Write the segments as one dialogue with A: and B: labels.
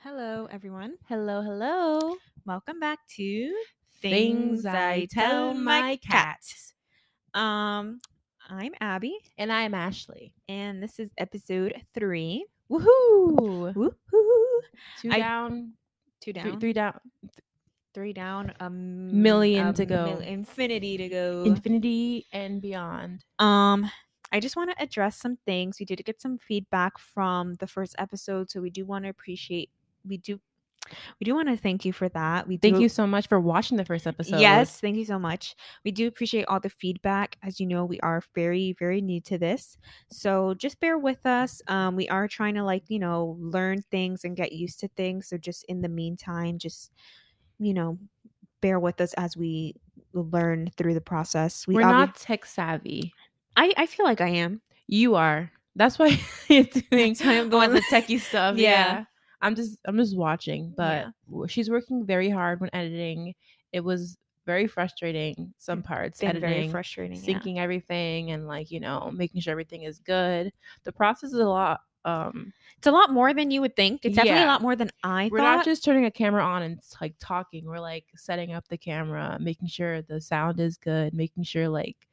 A: Hello, everyone.
B: Hello, hello.
A: Welcome back to
B: Things I Tell My Cats.
A: Um, I'm Abby,
B: And I'm Ashley.
A: and this is episode three.
B: Woohoo!
A: Woohoo!
B: Two
A: I-
B: down,
A: Two
B: three-
A: down,
B: three down.
A: three down, a
B: Million to go.
A: infinity to go.
B: Infinity and beyond.
A: Um, I just want to address some things. We did get some feedback from the first episode, so we do want to appreciate. We do, we do want to thank you for that. We
B: Thank
A: do,
B: you so much for watching the first episode.
A: Yes, thank you so much. We do appreciate all the feedback. As you know, we are very, very new to this. So just bear with us. Um, we are trying to, like, you know, learn things and get used to things. So just in the meantime, just, you know, bear with us as we learn through the process. We
B: We're
A: obvi-
B: not tech savvy.
A: I, I feel like I am.
B: You are. That's why it's doing
A: That's why I'm
B: all
A: going-
B: the techie stuff.
A: Yeah.
B: I'm just I'm just watching, but
A: Yeah.
B: w- she's working very hard when editing. It was very frustrating some parts
A: It's been
B: editing.
A: very frustrating. yeah.
B: syncing everything and like you know making sure everything is good the process is a lot um
A: It's a lot more than you would think. It's definitely a
B: Yeah.
A: lot more than I
B: we're
A: thought.
B: not just turning a camera on and like talking we're like setting up the camera making sure the sound is good making sure like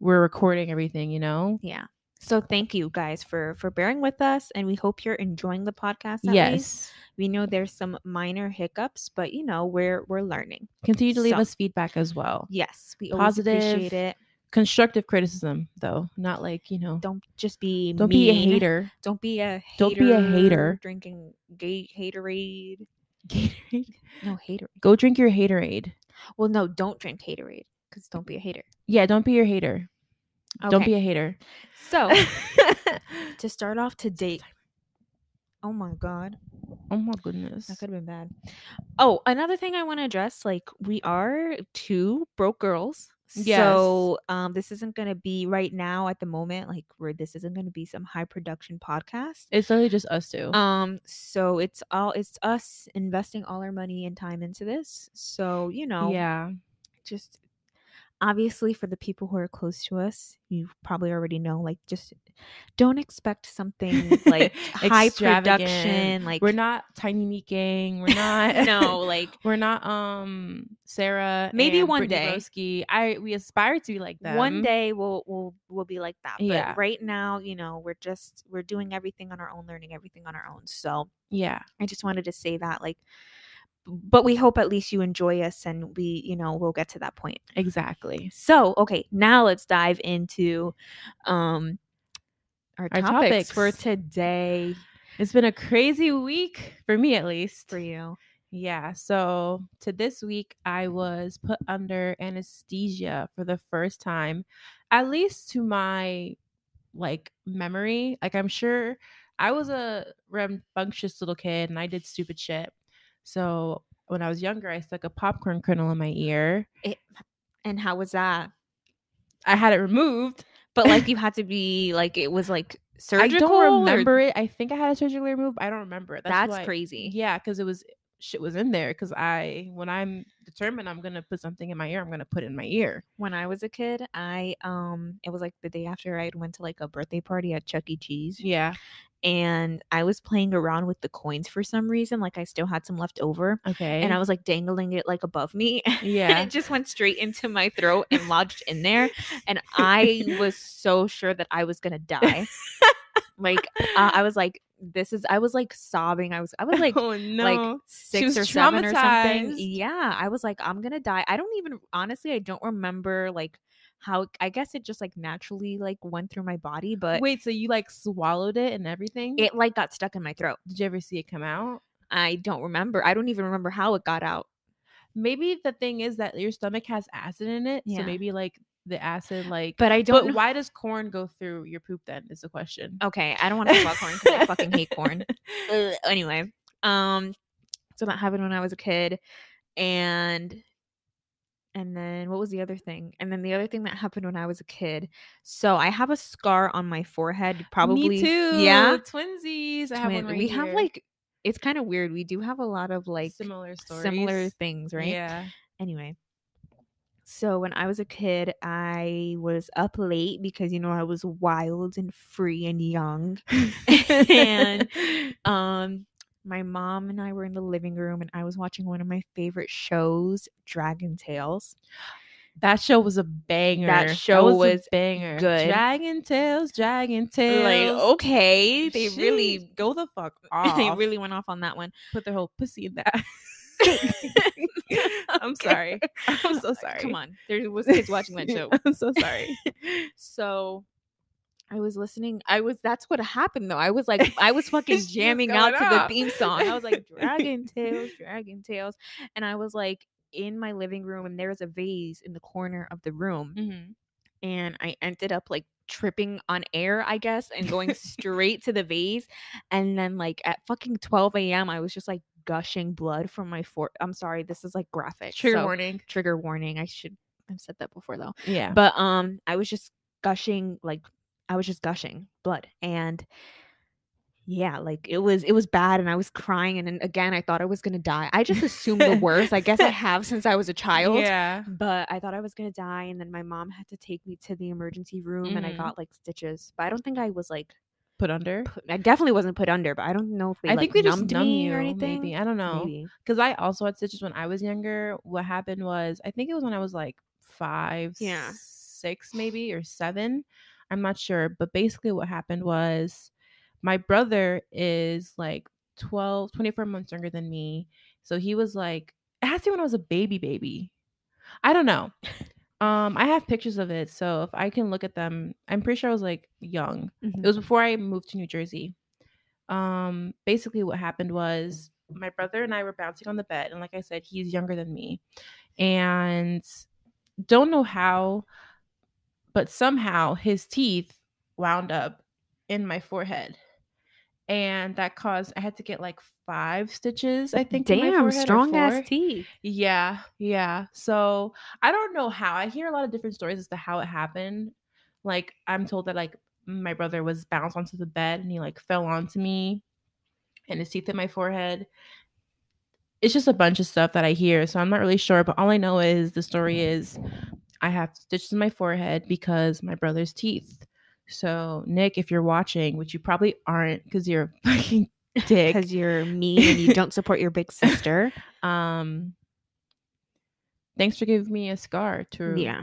B: we're recording everything you know
A: yeah. So thank you guys for for bearing with us, and we hope you're enjoying the podcast. At least.
B: yes
A: We know there's some minor hiccups, but you know, we're we're learning.
B: continue to leave
A: So-
B: us feedback as well
A: Yes, we always appreciate
B: Positive.
A: it.
B: constructive criticism though not like you know don't,
A: Don't just be
B: be a
A: mean.
B: hater
A: Don't be a hater.
B: Don't be a hater.
A: Drinking gay haterade.
B: Gatorade.
A: No hater.
B: go drink your haterade
A: Well, no, don't drink haterade because don't be a hater.
B: yeah don't be your hater don't be
A: Okay, Oh.
B: a hater
A: so to start off today. Oh my god.
B: oh my goodness
A: That could have been bad. Oh, another thing I want to address like, we are two broke girls. So um, this isn't going to be right now at the moment, like, where this isn't going to be some high production podcast.
B: It's literally just us two.
A: Um, so it's all, it's us investing all our money and time into this. So, you know,
B: Yeah.
A: just obviously for the people who are close to us, you probably already know, like, just don't expect something like high production.
B: Extravagant.
A: Like,
B: We're not Tiny Meat Gang. We're not.
A: no, like,
B: We're not um Sarah.
A: Maybe
B: and
A: one
B: Brittany
A: day.
B: Broski. I we aspire to be like them.
A: One day we'll we'll we'll be like that. But
B: Yeah.
A: right now, you know, we're just we're doing everything on our own, learning everything on our own. So
B: Yeah.
A: I just wanted to say that, like, but we hope at least you enjoy us, and we, you know, we'll get to that point.
B: Exactly.
A: So okay, now let's dive into um our,
B: Our
A: topics, for
B: topics.
A: today
B: It's been a crazy week for me, at least.
A: for you.
B: Yeah. So to this week, I was put under anesthesia for the first time, at least to my like memory. Like I'm sure I was a rambunctious little kid and I did stupid shit. So when I was younger, I stuck a popcorn kernel in my ear.
A: It, and how was that?
B: I had it removed.
A: But like you had to be like it was like surgical.
B: I don't
A: or-
B: remember it. I think I had a surgical remove. I don't remember it.
A: That's,
B: why-
A: crazy.
B: Yeah, because it was shit was in there. Because I, when I'm determined, I'm gonna put something in my ear. I'm gonna put it in my ear.
A: when I was a kid, I um it was like the day after I had went to like a birthday party at Chuck E. Cheese
B: Yeah.
A: and I was playing around with the coins for some reason. Like I still had some left over.
B: Okay.
A: And I was like dangling it like above me.
B: yeah.
A: and it just went straight into my throat and lodged in there. And I was so sure that I was gonna die. like uh, I was like, this is I was like sobbing. I was I was like
B: oh no.
A: like six
B: was
A: or seven or something.
B: traumatized.
A: Yeah, I was like, I'm gonna die. I don't even honestly, I don't remember like how. I guess it just like naturally like went through my body, but
B: Wait, so you like swallowed it and everything?
A: it like got stuck in my throat.
B: Did you ever see it come out?
A: I don't remember. I don't even remember how it got out.
B: Maybe the thing is that your stomach has acid in it,
A: Yeah.
B: so maybe like the acid, like.
A: But I
B: But
A: don't. know-
B: why does corn go through your poop? Then is the question.
A: okay, I don't want to talk about corn because I fucking hate corn. Ugh, anyway, um, so that happened when I was a kid, and and then what was the other thing? And then the other thing that happened when I was a kid. So I have a scar on my forehead, Oh, probably.
B: Me too.
A: Yeah.
B: Twinsies. I have one
A: twin-
B: right
A: we have
B: here.
A: like it's kind of weird. We do have a lot of like similar,
B: similar stories.
A: things, right?
B: Yeah.
A: Anyway. So when I was a kid, I was up late because you know I was wild and free and young. And- um my mom and I were in the living room and I was watching one of my favorite shows, Dragon Tales.
B: That show was a banger.
A: That show
B: a
A: was
B: banger.
A: good.
B: Dragon Tales, Dragon Tales.
A: Like, okay, they
B: Sheesh,
A: really
B: oh, go the fuck off.
A: they really went off on that one.
B: put their whole pussy in that. I'm
A: Okay.
B: sorry. I'm so
A: Like,
B: sorry.
A: Come on. There was kids watching that show.
B: I'm so sorry.
A: so I was listening. I was that's what happened though. I was like I was fucking
B: She was
A: jamming
B: going
A: out to the
B: off.
A: theme song. I was like Dragon Tales, Dragon Tales. And I was like in my living room and there was a vase in the corner of the room
B: Mm. Mm-hmm.
A: and I ended up like tripping on air, I guess, and going straight to the vase. And then like at fucking 12 a.m. I was just like gushing blood from my fore I'm sorry, this is like graphic.
B: Trigger
A: so-
B: warning.
A: Trigger warning. I should have said that before though
B: Yeah.
A: but um i was just gushing like i was just gushing blood and yeah like it was it was bad and i was crying and then again i thought i was gonna die i just assumed the worst i guess i have since i was a child
B: Yeah.
A: but i thought i was gonna die and then my mom had to take me to the emergency room and i
B: Mhm.
A: got like stitches but i don't think i was like
B: Put under.
A: put, i definitely wasn't put under but i don't know if they
B: I
A: like,
B: think they just
A: numbed
B: numb
A: me
B: you
A: or anything
B: Maybe. I don't know.
A: Maybe.
B: Because I also had stitches when I was younger. What happened was I think it was when I was like five,
A: Yeah.
B: six maybe or seven. I'm not sure. But basically what happened was my brother is like 12, 24 months younger than me. So he was like, it has to be when I was a baby baby. I don't know. Um, I have pictures of it, so if I can look at them, I'm pretty sure I was like young.
A: Mhm.
B: It was before I moved to New Jersey. Um, basically, what happened was my brother and I were bouncing on the bed, and like I said, he's younger than me, and don't know how, but somehow his teeth wound up in my forehead, and that caused I had to get like five stitches. I think. in my
A: damn
B: forehead or
A: strong
B: four.
A: ass teeth
B: Yeah, yeah. So I don't know how. I hear a lot of different stories as to how it happened. Like I'm told that like my brother was bounced onto the bed and he like fell onto me and his teeth in my forehead. It's just a bunch of stuff that I hear, so I'm not really sure. But all I know is the story is I have stitches in my forehead because my brother's teeth. So Nick, if you're watching, which you probably aren't because you're a fucking dick,
A: because you're mean and you don't support your big sister
B: um thanks for giving me a scar to
A: yeah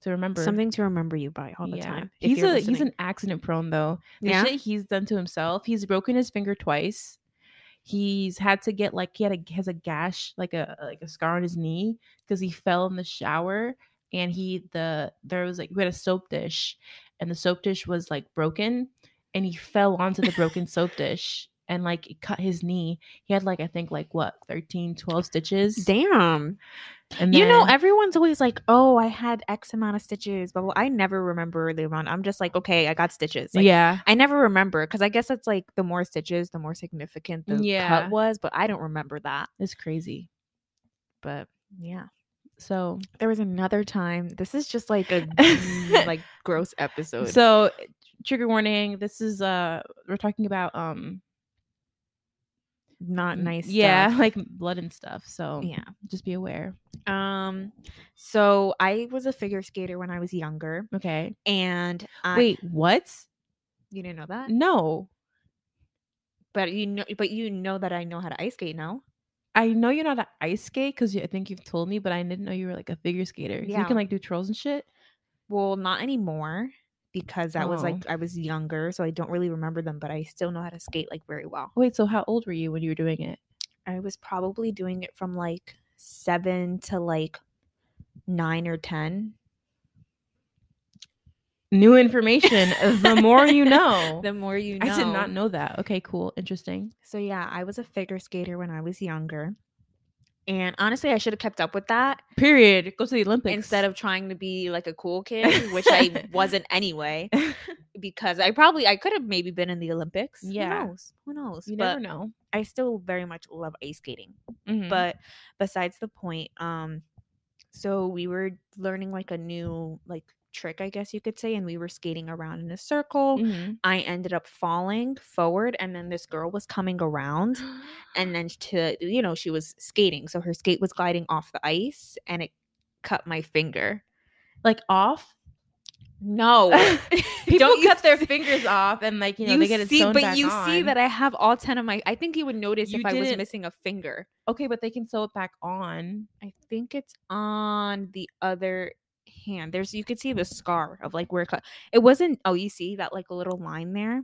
B: to remember
A: Something to remember you by all the time. if
B: he's
A: you're
B: a he's
A: listening.
B: an accident prone though the
A: yeah.
B: shit he's done to himself he's broken his finger twice he's had to get like he had a has a gash like a like a scar on his knee because he fell in the shower and he the there was like we had a soap dish and the soap dish was like broken and he fell onto the broken soap dish and like it cut his knee he had like i think like what 13 12 stitches
A: Damn.
B: and
A: You know,
B: then-
A: everyone's always like, "Oh, I had X amount of stitches," but well, I never remember the amount. I'm just like, "Okay, I got stitches." Like,
B: yeah,
A: I never remember because I guess it's like the more stitches, the more significant the
B: Yeah.
A: cut was. But I don't remember that.
B: it's crazy.
A: But yeah,
B: So,
A: there was another time. This is just like a like gross episode.
B: so trigger warning. This is uh, we're talking about um,
A: not nice.
B: mm, Yeah,
A: stuff.
B: like blood and stuff. So
A: yeah.
B: just be aware.
A: Um. So I was a figure skater when I was younger,
B: Okay.
A: and I,
B: Wait, what?
A: you didn't know that?
B: No,
A: But you know, but you know that I know how to ice skate now.
B: I know you're not an ice skate because I think you've told me, but I didn't know you were like a figure skater. So
A: Yeah.
B: you can like do trolls and shit.
A: Well, not anymore because that was
B: Oh.
A: like I was younger, so I don't really remember them. But I still know how to skate like very well.
B: Wait, so how old were you when you were doing it?
A: I was probably doing it from like seven to like nine or ten.
B: New information. the more you know.
A: The more you know.
B: I did not know that. Okay, cool, interesting.
A: So yeah, I was a figure skater when I was younger. And honestly, I should have kept up with that
B: Period. Go to the Olympics
A: instead of trying to be like a cool kid, which I wasn't anyway,
B: of.
A: because I probably I could have maybe been in the Olympics.
B: Yeah.
A: Who knows? Who knows?
B: You
A: But-
B: never know.
A: I still very much love ice skating.
B: Mhm.
A: But besides the point, um so we were learning like a new like trick, I guess you could say, and we were skating around in a circle.
B: Mhm.
A: I ended up falling forward and then this girl was coming around and then to you know, she was skating, so her skate was gliding off the ice and it cut my finger.
B: like off
A: No.
B: People
A: Don't you
B: cut their
A: see-
B: fingers off and like you know
A: you
B: they get it
A: see,
B: sewn
A: but
B: back
A: you see
B: on.
A: that I have all ten of my. I think you would notice
B: You
A: if I was
B: didn't-
A: missing a finger.
B: okay, but they can sew it back on.
A: I think it's on the other hand. There's you could see the scar of like where it cut. It wasn't. Oh, you see that like little line there.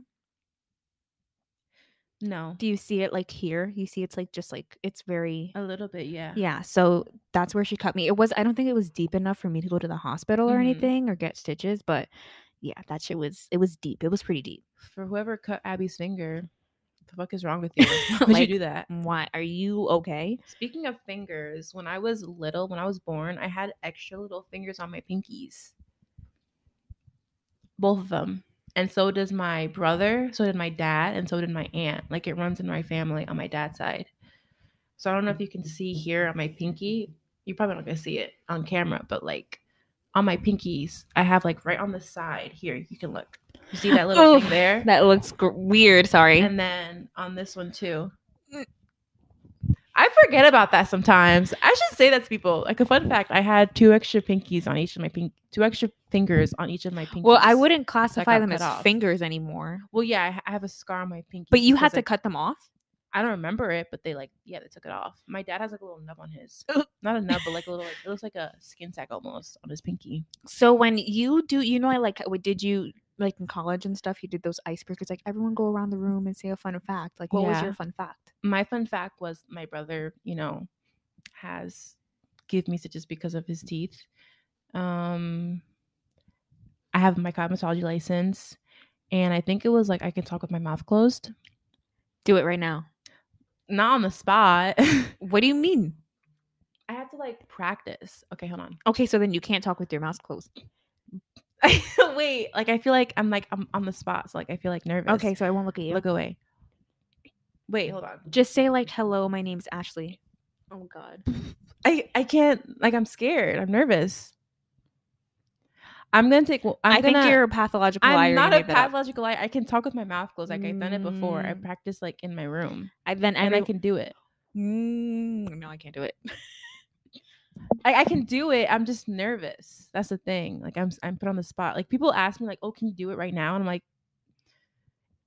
B: No,
A: Do you see it like here? You see it's like just like it's very.
B: a little bit, Oh, yeah.
A: Yeah, so that's where she cut me. It was I don't think it was deep enough for me to go to the hospital or
B: Mhm.
A: anything or get stitches, but yeah, that shit was it was deep. It was pretty deep.
B: For whoever cut Abby's finger, the fuck is wrong with you? Why would you
A: Like-
B: do that?
A: Why are you okay?
B: Speaking of fingers, when I was little, when I was born, I had extra little fingers on my pinkies. Both of them. And so does my brother, so did my dad, and so did my aunt. Like it runs in my family on my dad's side. So I don't know if you can see here on my pinky. You're probably not gonna see it on camera, but like on my pinkies, I have like right on the side here. You can look. You see that little
A: Oh,
B: thing there?
A: That looks gr- weird, sorry.
B: and then on this one too. I forget about that sometimes. I should say that to people. Like a fun fact, I had two extra pinkies on each of my pink, two extra fingers on each of my pinkies.
A: well, I wouldn't classify
B: got
A: them
B: cut
A: as
B: off.
A: fingers anymore.
B: Well, yeah, I, ha- I have a scar on my pinky.
A: But you had
B: because,
A: to
B: like,
A: cut them off?
B: I don't remember it, but they like, yeah, they took it off. My dad has like a little nub on his, not a nub, but like a little. Like, it looks like a skin sack almost on his pinky.
A: So when you do, you know, I like, what did you, like in college and stuff, you did those icebreakers, like everyone go around the room and say a fun fact. Like, what was
B: Yeah.
A: your fun fact?
B: My fun fact was my brother, you know, has give me stitches because of his teeth. Um, I have my cosmetology license, and I think it was like I can talk with my mouth closed,
A: Do it right now.
B: not on the spot. I
A: What do you mean?
B: have to like practice. Okay, hold on.
A: Okay, so then you can't talk with your mouth closed.
B: Wait, like I feel like I'm like I'm on the spot, so like I feel like nervous.
A: Okay, so I won't look at you.
B: look away. Wait, hold on.
A: Just say like, hello, my name's Ashley. Oh God.
B: I I can't. Like I'm scared. I'm nervous. I'm gonna take. well, I'm
A: i think
B: gonna-
A: you're a pathological
B: I'm
A: liar. you
B: not a
A: made that up.
B: pathological liar. I can talk with my mouth closed. Like I've done it before. I
A: Mm.
B: practice like in my room,
A: I, then
B: and I
A: every-
B: can do it.
A: Mm, no, I can't do it.
B: I, I can do it. I'm just nervous. That's the thing. Like I'm s- I'm put on the spot. Like people ask me like, "Oh, can you do it right now?" And I'm like,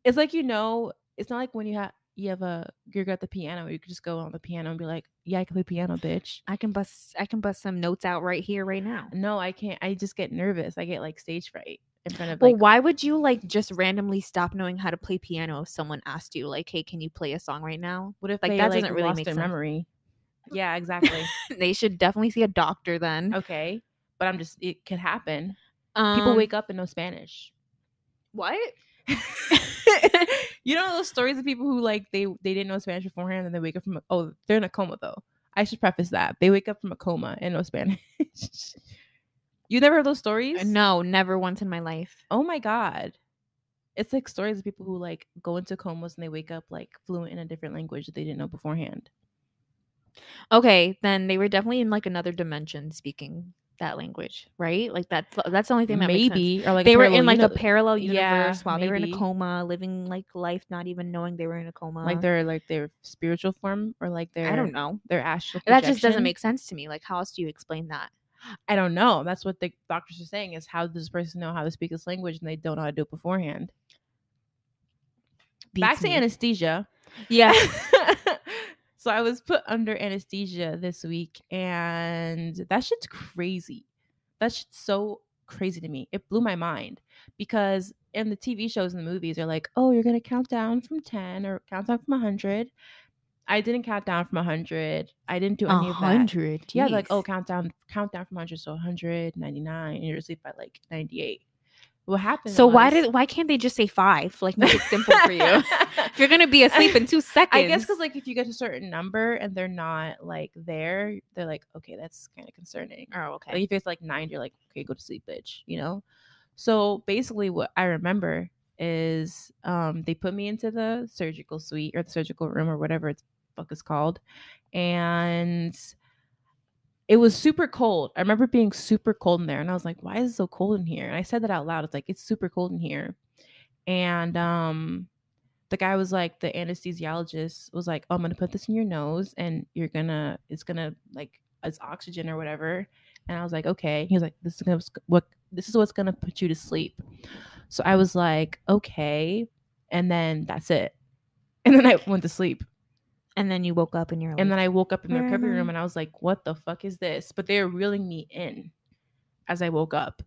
B: it's like you know, it's not like when you have you have a you're good at the piano. You could just go on the piano and be like, "Yeah, I can play piano, bitch."
A: I can bust. I can bust some notes out right here, right now.
B: No, I can't. I just get nervous. I get like stage fright in front of
A: Well,
B: like.
A: why would you like just randomly stop knowing how to play piano if someone asked you, like, "Hey, can you play a song right now?"
B: what if
A: like,
B: they
A: that
B: like
A: doesn't really
B: lost
A: make
B: their
A: sense.
B: memory? Yeah, exactly.
A: they should definitely see a doctor then.
B: okay, but I'm just. It could happen.
A: Um,
B: Oh,
A: uh,
B: People wake up and know Spanish.
A: What?
B: you know those stories of people who like they they didn't know Spanish beforehand and they wake up from a, oh they're in a coma though. I should preface that they wake up from a coma and know Spanish. you never heard those stories?
A: No, never once in my life.
B: Oh my god, it's like stories of people who like go into comas and they wake up like fluent in a different language that they didn't know beforehand.
A: Okay, then they were definitely in like another dimension speaking that language, right? Like that's that's the only thing that makes sense.
B: Maybe or like
A: they were
B: parallel
A: in like a
B: uni-
A: parallel universe
B: Yeah,
A: while they were in a
B: maybe.
A: coma, living like life, not even knowing they were in a coma.
B: like their like their spiritual form or like their
A: I don't know.
B: their astral.
A: That just doesn't
B: projection.
A: make sense to me. Like, how else do you explain that?
B: I don't know. That's what the doctors are saying is how does this person know how to speak this language and they don't know how to do it beforehand? Back
A: Beats
B: to
A: me.
B: anesthesia.
A: Yeah.
B: so I was put under anesthesia this week and that shit's crazy. That shit's so crazy to me. It blew my mind because in the TV shows and the movies are like, oh, you're going to count down from 10 or count down from 100. I didn't count down from 100. I didn't do any of that. Yeah, like oh,
A: jeez.
B: countdown, countdown from hundred, so 199, and you're asleep by like ninety eight. What happened?
A: So why
B: was-
A: did why can't they just say five? Like make it simple for you. if you're gonna be asleep in two seconds,
B: I guess because like if you get to a certain number and they're not like there, they're like okay, that's kind of concerning.
A: oh okay,
B: Like if it's like nine, you're like okay, go to sleep, bitch. You know. So basically, what I remember is um they put me into the surgical suite or the surgical room or whatever it's fuck is called, and it was super cold. I remember it being super cold in there, and I was like, "Why is it so cold in here?" And I said that out loud. It's like it's super cold in here, and um, the guy was like, the anesthesiologist was like, "Oh, I'm gonna put this in your nose, and you're gonna, it's gonna like it's oxygen or whatever." And I was like, "Okay." He was like, "This is gonna, what this is what's gonna put you to sleep. So I was like, okay, and then that's it. And then I went to sleep.
A: And then you woke up and you're like,
B: And then I woke up in the recovery
A: Mhm.
B: room and I was like, what the fuck is this? But they were reeling me in as I woke up.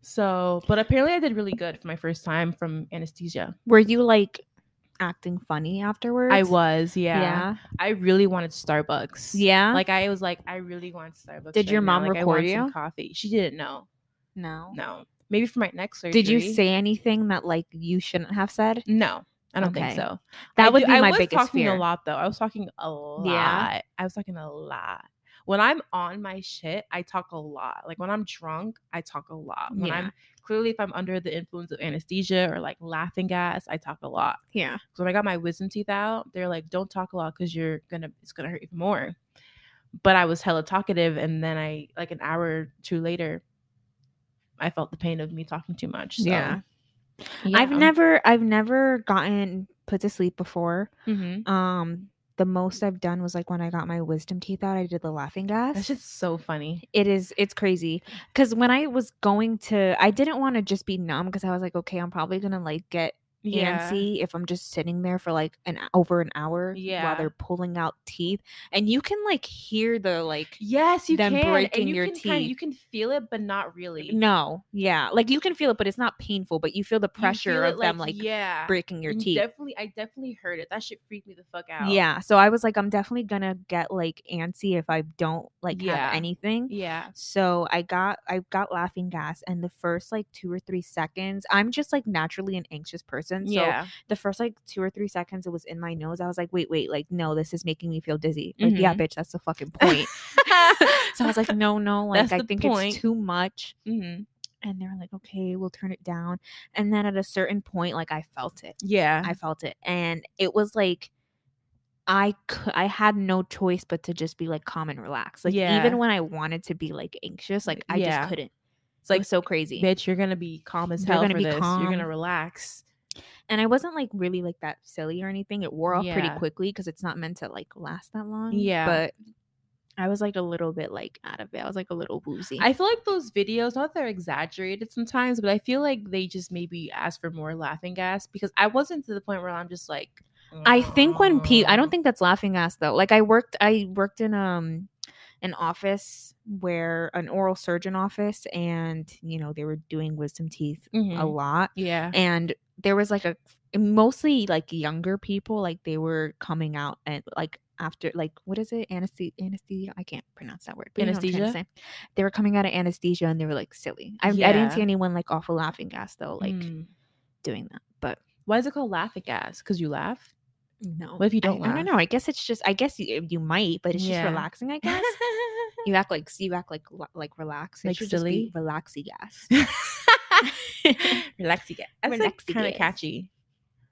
B: So, but apparently I did really good for my first time from anesthesia.
A: were you like acting funny afterwards?
B: I was, yeah.
A: Yeah.
B: I really wanted Starbucks.
A: Yeah.
B: Like I was like, I really want Starbucks.
A: Did
B: right
A: your
B: now.
A: mom
B: Like, I
A: record
B: want some
A: you?
B: Coffee. She didn't know.
A: no.
B: No. Maybe for my next surgery.
A: Did you say anything that like you shouldn't have said?
B: No, I don't
A: Okay.
B: think so.
A: That
B: I
A: would
B: do-
A: be
B: I
A: my
B: was
A: biggest
B: talking
A: fear.
B: a lot though. I was talking a lot. I was talking a lot. When I'm on my shit, I talk a lot. Like when I'm drunk, I talk a lot. When
A: Yeah.
B: I'm clearly if I'm under the influence of anesthesia or like laughing gas, I talk a lot.
A: Yeah.
B: So when I got my wisdom teeth out, they're like, "Don't talk a lot because you're gonna it's gonna hurt even more." But I was hella talkative, and then I like an hour or two later, I felt the pain of me talking too much. So,
A: Yeah.
B: yeah.
A: I've never I've never gotten put to sleep before.
B: Mhm.
A: Um the most I've done was like when I got my wisdom teeth out, I did the laughing gas.
B: That's just so funny.
A: it is it's crazy because when i was going to i didn't want to just be numb because i was like okay i'm probably gonna like get antsy if i'm just sitting there for like an over an hour
B: Yeah.
A: while they're pulling out teeth and you can like hear the like
B: Yes, you
A: Them
B: can.
A: breaking
B: and you
A: your
B: can kinda-
A: teeth.
B: you can feel it, but not really. You
A: no yeah like you can feel it but it's not painful but you feel the pressure
B: feel
A: of
B: it,
A: them like
B: yeah.
A: breaking your
B: You
A: teeth
B: Definitely, I definitely heard it. That shit freaked me the fuck out.
A: yeah so i was like i'm definitely gonna get like antsy if i don't like
B: Yeah.
A: have anything
B: yeah.
A: So I got I got laughing gas and the first like 2 or 3 seconds I'm just like naturally an anxious person so
B: yeah.
A: the first like 2 or 3 seconds it was in my nose I was like wait wait like no this is making me feel dizzy like yeah
B: Mhm.
A: bitch that's the fucking point so I was like no no like
B: That's
A: I
B: the
A: think
B: point.
A: it's too much
B: Mhm.
A: and they were like okay we'll turn it down and then at a certain point like I felt it
B: yeah.
A: I felt it and it was like I could, I had no choice but to just be like calm and relax. Like
B: Yeah.
A: even when I wanted to be like anxious, like I
B: Yeah.
A: just couldn't.
B: it's
A: It's like
B: like
A: so crazy.
B: bitch, you're gonna be calm as
A: You're
B: hell
A: gonna
B: for
A: be
B: this. You're
A: calm.
B: gonna relax.
A: And I wasn't like really like that silly or anything. It wore off pretty
B: Yeah.
A: quickly because it's not meant to like last that long.
B: Yeah.
A: But I was like a little bit like out of it. I was like a little woozy.
B: I feel like those videos, not that they're exaggerated sometimes, but I feel like they just maybe ask for more laughing gas because I wasn't to the point where I'm just like.
A: I think when pe I don't
B: "Mm."
A: think that's laughing ass though. Like I worked I worked in um an office where an oral surgeon office and you know they were doing wisdom teeth a
B: Mhm.
A: lot
B: Yeah.
A: and there was like a mostly like younger people like they were coming out and like after like what is it anesthesia anesthesia i can't pronounce that word but anesthesia
B: Anesthesia?
A: they were coming out of anesthesia and they were like silly i, I didn't see
B: Yeah.
A: anyone like off a laughing gas though like
B: Mm.
A: doing that but
B: Why is it called laughing gas? Because you laugh.
A: no
B: What if you
A: I-
B: don't
A: I, don't
B: laugh?
A: know i guess it's just i guess you, you might but it's just
B: Yeah.
A: relaxing i guess you act like you act like la- like relax it
B: Like
A: should just be
B: silly?
A: relaxy gas
B: Relaxy gas. That's like
A: Relaxy
B: kind of
A: gas.
B: catchy.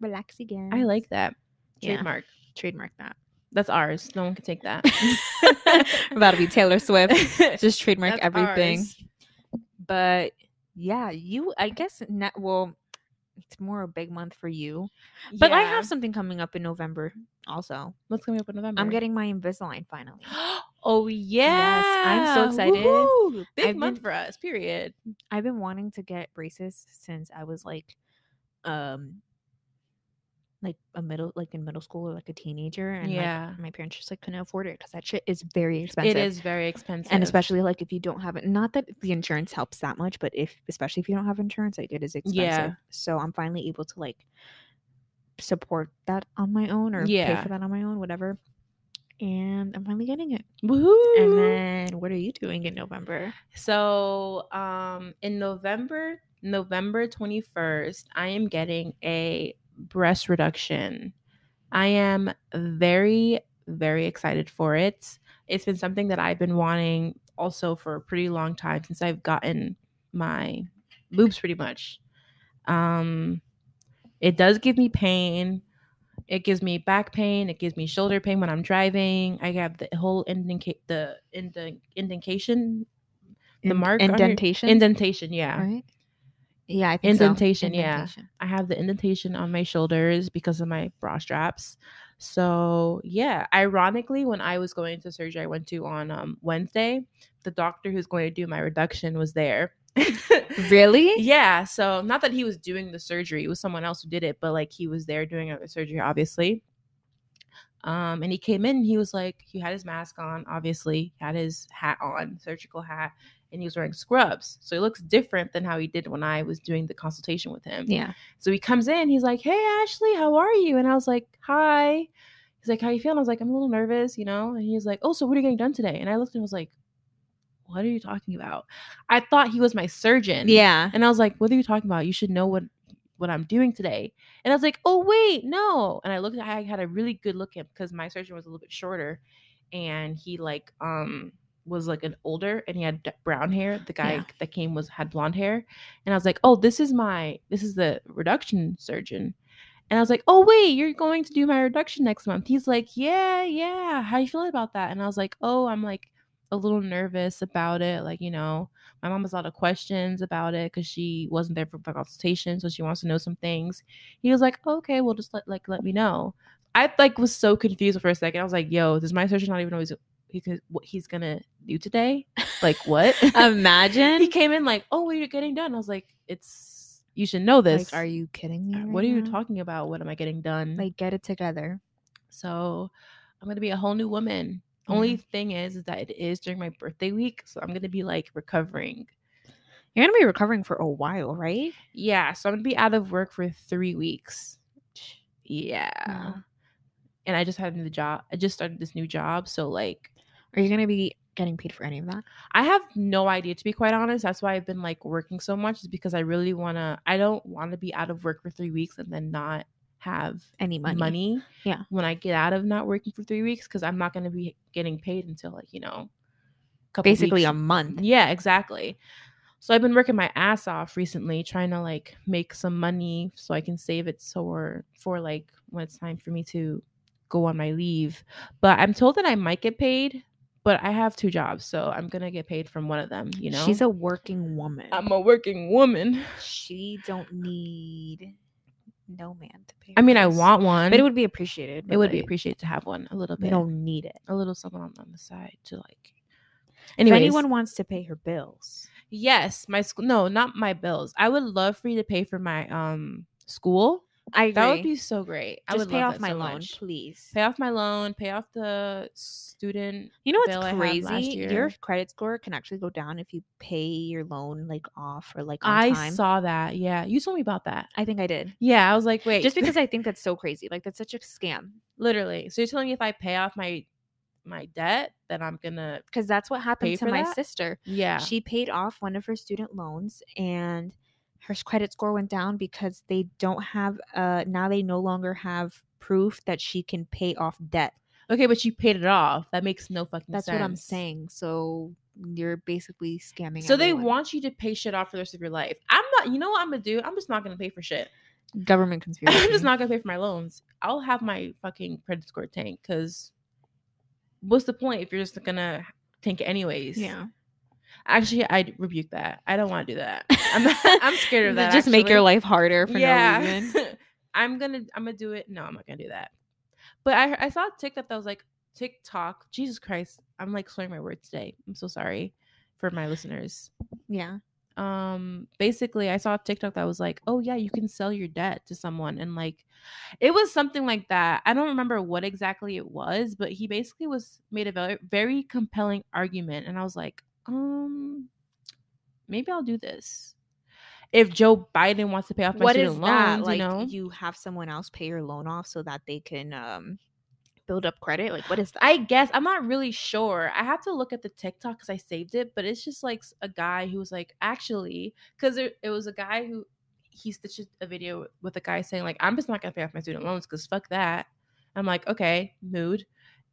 A: relaxy gas
B: I like that
A: Yeah.
B: trademark.
A: trademark that
B: That's ours. No one can take that.
A: about to be taylor swift just trademark
B: That's
A: everything.
B: ours.
A: But yeah, you I guess not well it's more a big month for you. But I
B: Yeah.
A: have something coming up in November also.
B: What's coming up in November?
A: I'm getting my Invisalign finally.
B: oh yeah!
A: I'm so excited.
B: Woohoo! Big
A: I've
B: month
A: been-
B: for us. Period.
A: I've been wanting to get braces since I was like um like a middle like in middle school or like a teenager and like,
B: Yeah.
A: my parents just like couldn't afford it cuz that shit is very expensive.
B: It is very expensive,
A: and especially like if you don't have it not that the insurance helps that much but if especially if you don't have insurance like it is expensive
B: Yeah.
A: so i'm finally able to like support that on my own or pay
B: Yeah.
A: for that on my own whatever and i'm finally getting it
B: Woohoo!
A: and then what are you doing in november
B: So, um, in November, November 21st, I am getting a breast reduction. I am very, very excited for it. It's been something that I've been wanting also for a pretty long time since I've gotten my boobs pretty much. Um, it does give me pain. It gives me back pain. It gives me shoulder pain when I'm driving. I have the whole indicate the indi- indication The
A: In-
B: mark on your-
A: indentation
B: Indentation, yeah.
A: right yeah i think so.
B: Indentation, yeah.
A: Indentation.
B: I have the indentation on my shoulders because of my bra straps. So yeah, ironically, when I was going to surgery, I went to on um, Wednesday. The doctor who's going to do my reduction was there,
A: Really?
B: yeah. So not that he was doing the surgery; it was someone else who did it, but like he was there doing the surgery, obviously. Um, and he came in. He was like, he had his mask on, obviously, had his hat on, surgical hat, and he was wearing scrubs. So he looks different than how he did when I was doing the consultation with him.
A: Yeah.
B: So he comes in, he's like, Hey Ashley, how are you? And I was like, Hi. He's like, How you feeling? I was like, I'm a little nervous, you know? And he's like, Oh, so what are you getting done today? And I looked and was like, What are you talking about? I thought he was my surgeon.
A: Yeah.
B: And I was like, What are you talking about? You should know what what I'm doing today. And I was like, Oh wait, no. And I looked I had a really good look at because my surgeon was a little bit shorter and he like um was like an older and he had d- brown hair. The guy
A: Yeah.
B: that came was had blonde hair. And I was like, "Oh, this is my this is the reduction surgeon." And I was like, "Oh wait, you're going to do my reduction next month." He's like, "Yeah, yeah. How you feeling about that?" And I was like, "Oh, I'm like a little nervous about it. Like, you know, my mom has a lot of questions about it because she wasn't there for my consultation, so she wants to know some things." He was like, "Okay, well, just let like let me know." I like was so confused for a second. I was like, "Yo, does my surgeon not even know he's he could, what he's gonna do today? Like what?"
A: Imagine.
B: he came in like, "Oh, what are you getting done?" I was like, "It's you should know this."
A: Like, are you kidding me?
B: Uh,
A: right
B: What are you
A: now?
B: talking about? What am I getting done?
A: Like, get it together.
B: so I'm gonna be a whole new woman.
A: Yeah.
B: Only thing is, is that it is during my birthday week, so I'm gonna be like recovering.
A: You're gonna be recovering for a while, right?
B: Yeah, so I'm gonna be out of work for three weeks. Yeah,
A: Wow.
B: and I just had a new job. I just started this new job, so like
A: Are you gonna be getting paid for any of that?
B: I have no idea to be quite honest. That's why I've been like working so much is because I really want to I don't want to be out of work for 3 weeks and then not have
A: Any money?
B: money.
A: Yeah.
B: When I get out of not working for 3 weeks cuz I'm not going to be getting paid until like, you know, couple
A: Basically
B: weeks.
A: a month.
B: Yeah, exactly. So I've been working my ass off recently trying to like make some money so I can save it so or for like when it's time for me to go on my leave. But I'm told that I might get paid, but I have two jobs, so I'm going to get paid from one of them, you know.
A: she's a working woman.
B: I'm a working woman.
A: she don't need no man to pay.
B: I mean, I
A: bills.
B: want one.
A: but it would be appreciated.
B: it
A: but,
B: would be
A: like,
B: appreciated to have one a little
A: We
B: bit.
A: don't need it.
B: A little someone on, on the side to like
A: If
B: Anyways,
A: anyone wants to pay her bills,
B: Yes, my school. No, not my bills. I would love for you to pay for my um school.
A: I agree.
B: That would be so great. I
A: Just
B: would
A: pay
B: love
A: off
B: that
A: my
B: so
A: loan,
B: much.
A: please.
B: Pay off my loan. Pay off the student.
A: You know
B: bill I
A: what's
B: had last
A: crazy? Your
B: year.
A: credit score can actually go down if you pay your loan like off or like on
B: I
A: time.
B: saw that. Yeah, you told me about that.
A: I think I did.
B: Yeah, I was like, wait,
A: Just because I think that's so crazy. Like that's such a scam.
B: literally. So you're telling me if I pay off my my debt, then I'm gonna
A: Because that's what
B: Pay
A: happened to
B: for
A: my
B: that?
A: sister.
B: yeah.
A: She paid off one of her student loans and her s- credit score went down because they don't have uh now they no longer have proof that she can pay off debt.
B: Okay, but you paid it off. That makes no fucking
A: That's
B: sense.
A: what I'm saying. So you're basically scamming.
B: So they
A: everyone.
B: want you to pay shit off for the rest of your life. I'm not. You know what I'm gonna do? I'm just not gonna pay for shit.
A: government conspiracy.
B: I'm just not gonna pay for my loans. I'll have my fucking credit score tank because what's the point if you're just gonna tank it anyways?
A: Yeah.
B: Actually, I rebuke that. I don't want to do that. I'm I'm scared of
A: Does it
B: that.
A: Just make your
B: actually.
A: life harder for
B: yeah.
A: no reason.
B: I'm gonna I'm gonna do it. No, I'm not gonna do that. But I I saw a TikTok that was like TikTok. Jesus Christ, I'm like slurring my words today. I'm so sorry for my listeners.
A: Yeah.
B: um basically i saw a tiktok that was like oh yeah you can sell your debt to someone and like it was something like that i don't remember what exactly it was but he basically was made a very, very compelling argument and i was like um maybe i'll do this if joe biden wants to pay off my
A: What is
B: student loans
A: that? Like
B: you know
A: you have someone else pay your loan off so that they can um build up credit. Like what is that?
B: I guess I'm not really sure. I have to look at the TikTok because I saved it, but it's just like s- a guy who was like, actually, because it, it was a guy who he stitched a video with a guy saying like, I'm just not gonna pay off my student loans because fuck that. I'm like, okay, mood.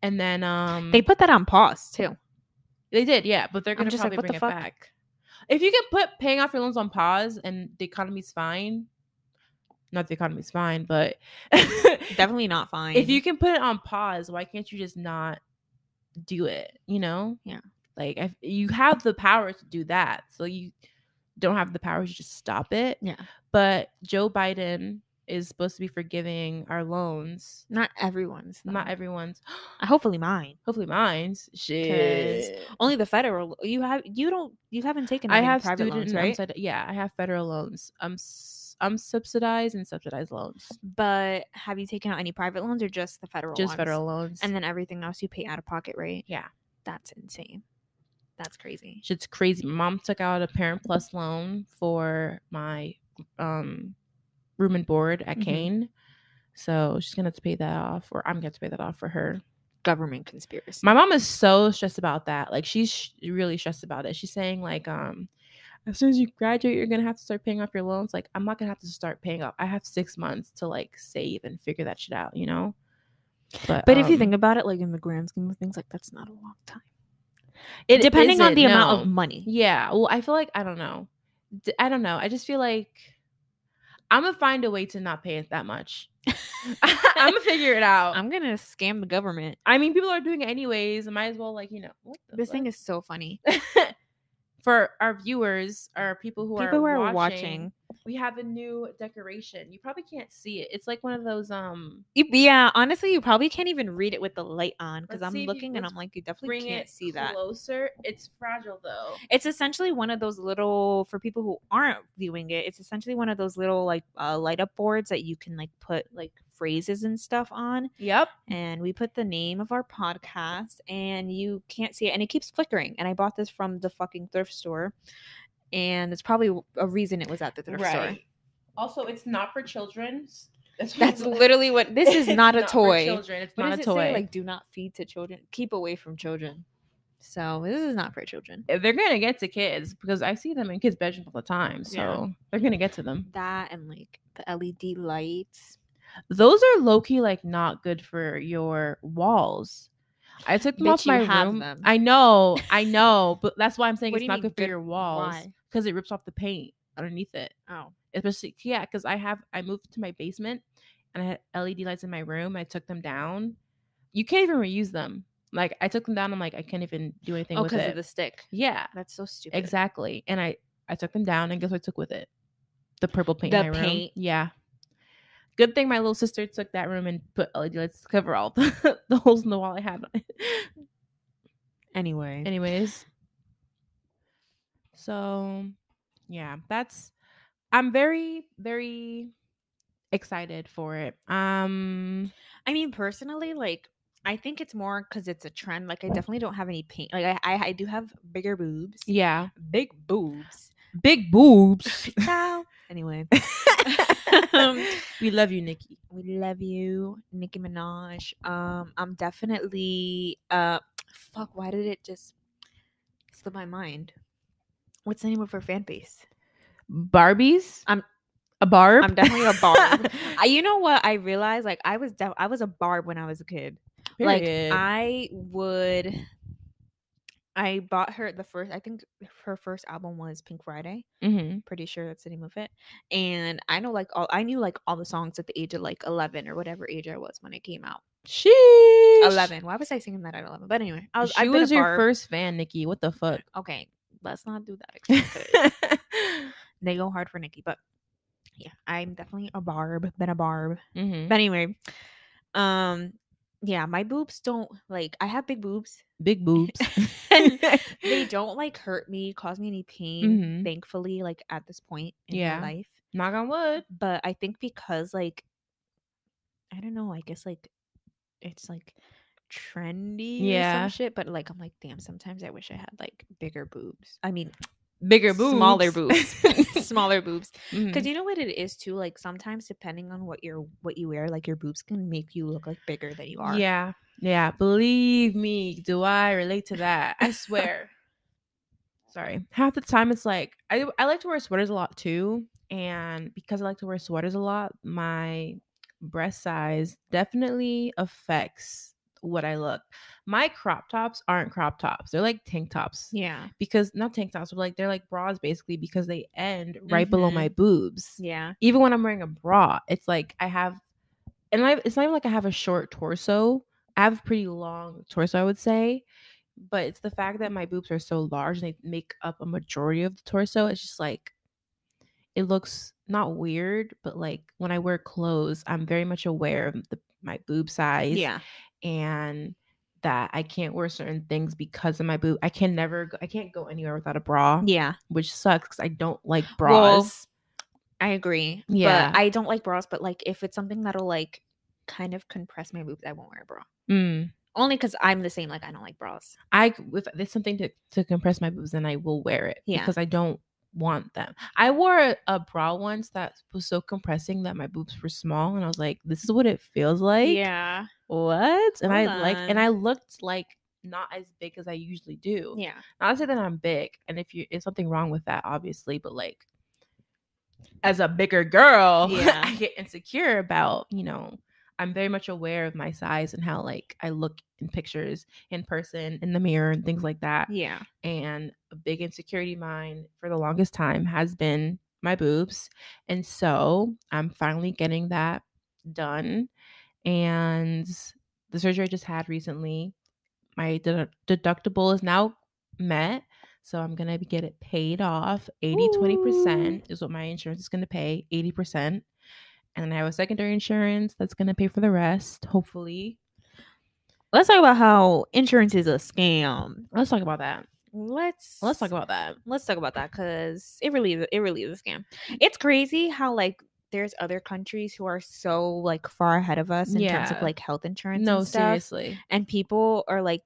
B: And then um,
A: they put that on pause too.
B: they did, yeah, but they're
A: I'm
B: gonna
A: just like,
B: probably
A: what the
B: bring it
A: fuck?
B: back. If you can put paying off your loans on pause and the economy's fine, not the economy's fine, but
A: Definitely not fine.
B: if you can put it on pause, why can't you just not do it? You know?
A: Yeah.
B: Like I, you have the power to do that, so you don't have the power to just stop it.
A: Yeah.
B: But Joe Biden is supposed to be forgiving our loans.
A: Not everyone's. though. Uh,
B: Not everyone's.
A: Hopefully mine.
B: Hopefully mine's. Shit.
A: Only the federal. You have. You don't. You haven't taken.
B: I
A: any
B: have
A: private
B: student
A: loans,
B: and
A: right?
B: unsubsid- yeah, I have federal loans. I'm s- I'm subsidized and subsidized loans.
A: But have you taken out any private loans or just the federal?
B: Just
A: ones?
B: federal loans.
A: And then everything else you pay out of pocket, right?
B: Yeah.
A: That's insane. That's crazy.
B: shit's crazy. My Mom took out a parent plus loan for my um room and board at
A: Mhm.
B: Kane. So she's gonna have to pay that off, or I'm gonna have to pay that off for her.
A: Government conspiracy.
B: My mom is so stressed about that. Like she's sh- really stressed about it. She's saying like, um, as soon as you graduate, you're gonna have to start paying off your loans. Like I'm not gonna have to start paying off. I have six months to like save and figure that shit out. You know.
A: But if you
B: um,
A: think about it, like in the grand scheme of things, like that's not a long time.
B: it
A: Depending on
B: isn't,
A: the amount
B: no.
A: of money.
B: Yeah. Well, I feel like I don't know. D- I don't know. I just feel like I'm gonna find a way to not pay it that much. I'm gonna figure it out. i
A: I'm gonna scam the government.
B: mean, people are doing it anyways. I might as well, like, you know, what the
A: This thing is so funny.
B: fuck? for our viewers, our people who
A: People who
B: are
A: are watching,
B: We have a new decoration. You probably can't see it. It's like one of those um.
A: You- yeah, honestly, you probably can't even read it with the light on because
B: Let's
A: I'm
B: see if you-
A: looking and
B: let's
A: I'm like, you definitely
B: Bring
A: can't
B: it
A: see that.
B: closer. It's fragile though.
A: It's essentially one of those little for people who aren't viewing it. It's essentially one of those little like uh, light up boards that you can like put like phrases and stuff on.
B: Yep.
A: and we put the name of our podcast and you can't see it and it keeps flickering and i bought this from the fucking thrift store and it's probably w- a reason it was at the thrift store
B: Also, it's not for children. That's,
A: that's literally what this is
B: It's
A: not a
B: for
A: toy
B: children. It's
A: what
B: not
A: does
B: a
A: it say
B: toy.
A: like do not feed to children keep away from children so this is not for children
B: they're gonna get to kids because I see them in kids' bedrooms all the time. So
A: Yeah.
B: they're gonna get to them.
A: that and like the led lights
B: Those are low key like not good for your walls. I took them
A: Bitch,
B: off my
A: you have
B: room.
A: them.
B: I know, I know, but that's why I'm saying
A: What do
B: it's
A: you
B: not
A: mean
B: good for
A: good-
B: your walls
A: why?
B: because it rips off the paint underneath it.
A: oh
B: Especially, yeah, because I have I moved to my basement and I had LED lights in my room. I took them down. You can't even reuse them. Like I took them down. I'm like I can't even do anything
A: oh
B: with
A: because
B: it.
A: of the stick
B: yeah,
A: that's so stupid
B: Exactly. And I I took them down and guess what I took with it? The purple paint.
A: The
B: in my room.
A: paint.
B: Yeah. Good thing my little sister took that room and put LED lights to cover all the, the holes in the wall I had.
A: anyway
B: Anyways. So yeah, that's I'm very, very excited for it. Um
A: I mean, personally, like I think it's more because it's a trend. Like I definitely don't have any paint. Like I, I, I do have bigger boobs,
B: yeah.
A: big boobs.
B: Big boobs.
A: Ciao. anyway, Um,
B: we love you, Nikki.
A: we love you, Nicki Minaj. Um, I'm definitely uh, fuck. Why did it just slip my mind? What's the name of her fan base?
B: Barbies?
A: I'm-
B: a barb.
A: I'm definitely a barb. I, you know what? I realized like I was def- I was a barb when I was a kid.
B: Period.
A: Like I would I bought her the first I think her first album was Pink Friday.
B: Mhm.
A: Pretty sure that's the name of it. And I know like all I knew like all the songs at the age of like 11 or whatever age I was when it came out.
B: Sheesh.
A: 11. Why was I singing that at 11? But anyway, I was
B: she
A: I've been
B: was
A: a
B: your
A: barb.
B: first fan, Nikki. What the fuck?
A: Okay, let's not do that. 'cause they go hard for Nikki, but yeah, I'm definitely a barb, been a barb.
B: Mhm.
A: But anyway, um yeah, my boobs don't like I have big boobs.
B: Big boobs.
A: and they don't like hurt me, cause me any pain,
B: Mhm.
A: thankfully, like at this point in
B: Yeah.
A: my life.
B: Knock on wood.
A: But I think because like I don't know, I guess like it's like trendy yeah. or
B: Yeah.
A: some shit. But like I'm like, damn, sometimes I wish I had like bigger boobs. I mean
B: Bigger
A: smaller boobs. smaller boobs. Mm-hmm.
B: Mhm.
A: Because you know what it is too? Like sometimes depending on what you're what you wear, like your boobs can make you look like bigger than you are.
B: Yeah. Yeah. Believe me, do I relate to that? I swear. Sorry. Half the time it's like I I like to wear sweaters a lot too. And because I like to wear sweaters a lot, my breast size definitely affects what I look. My crop tops aren't crop tops. They're like tank tops.
A: Yeah.
B: Because not tank tops, but like they're like bras basically because they end right below my boobs
A: Yeah.
B: even when I'm wearing a bra, it's like I have, and I, it's not even like I have a short torso. I have a pretty long torso, I would say, but it's the fact that my boobs are so large and they make up a majority of the torso. It's just like it looks not weird, but like when I wear clothes, I'm very much aware of the, my boob size
A: Yeah.
B: and that I can't wear certain things because of my boob. I can never, go, I can't go anywhere without a bra,
A: Yeah.
B: which sucks because I don't like
A: Well,
B: bras.
A: I agree.
B: Yeah.
A: But I don't like bras, but like if it's something that'll like kind of compress my boobs, I won't wear a bra.
B: Mm.
A: Only because I'm the same. Like I don't like bras.
B: I c- if there's something to, to compress my boobs, then I will wear it
A: Yeah.
B: because I don't want them. I wore a, a bra once that was so compressing that my boobs were small, and I was like, "This is what it feels like."
A: yeah.
B: What? And I
A: Hold
B: like, and
A: on.
B: I looked like not as big as I usually do.
A: Yeah.
B: Not to say that I'm big, and if you, it's something wrong with that, obviously, but like. As a bigger girl,
A: Yeah.
B: I get insecure about, you know, I'm very much aware of my size and how like I look in pictures, in person, in the mirror, and things like that
A: Yeah.
B: and a big insecurity of mine for the longest time has been my boobs. And so I'm finally getting that done. And the surgery I just had recently, my de- deductible is now met. So I'm going to get it paid off 80 20% is what my insurance is going to pay 80%. And I have a secondary insurance that's going to pay for the rest, hopefully.
A: Let's talk about how insurance is a scam.
B: Let's talk about that.
A: Let's
B: Let's talk about that.
A: let's talk about that because it really is it really is a scam.
B: Mm.
A: It's crazy how like there's other countries who are so like far ahead of us in terms of
B: Yeah.
A: like health insurance.
B: No,
A: and stuff.
B: seriously.
A: and people are like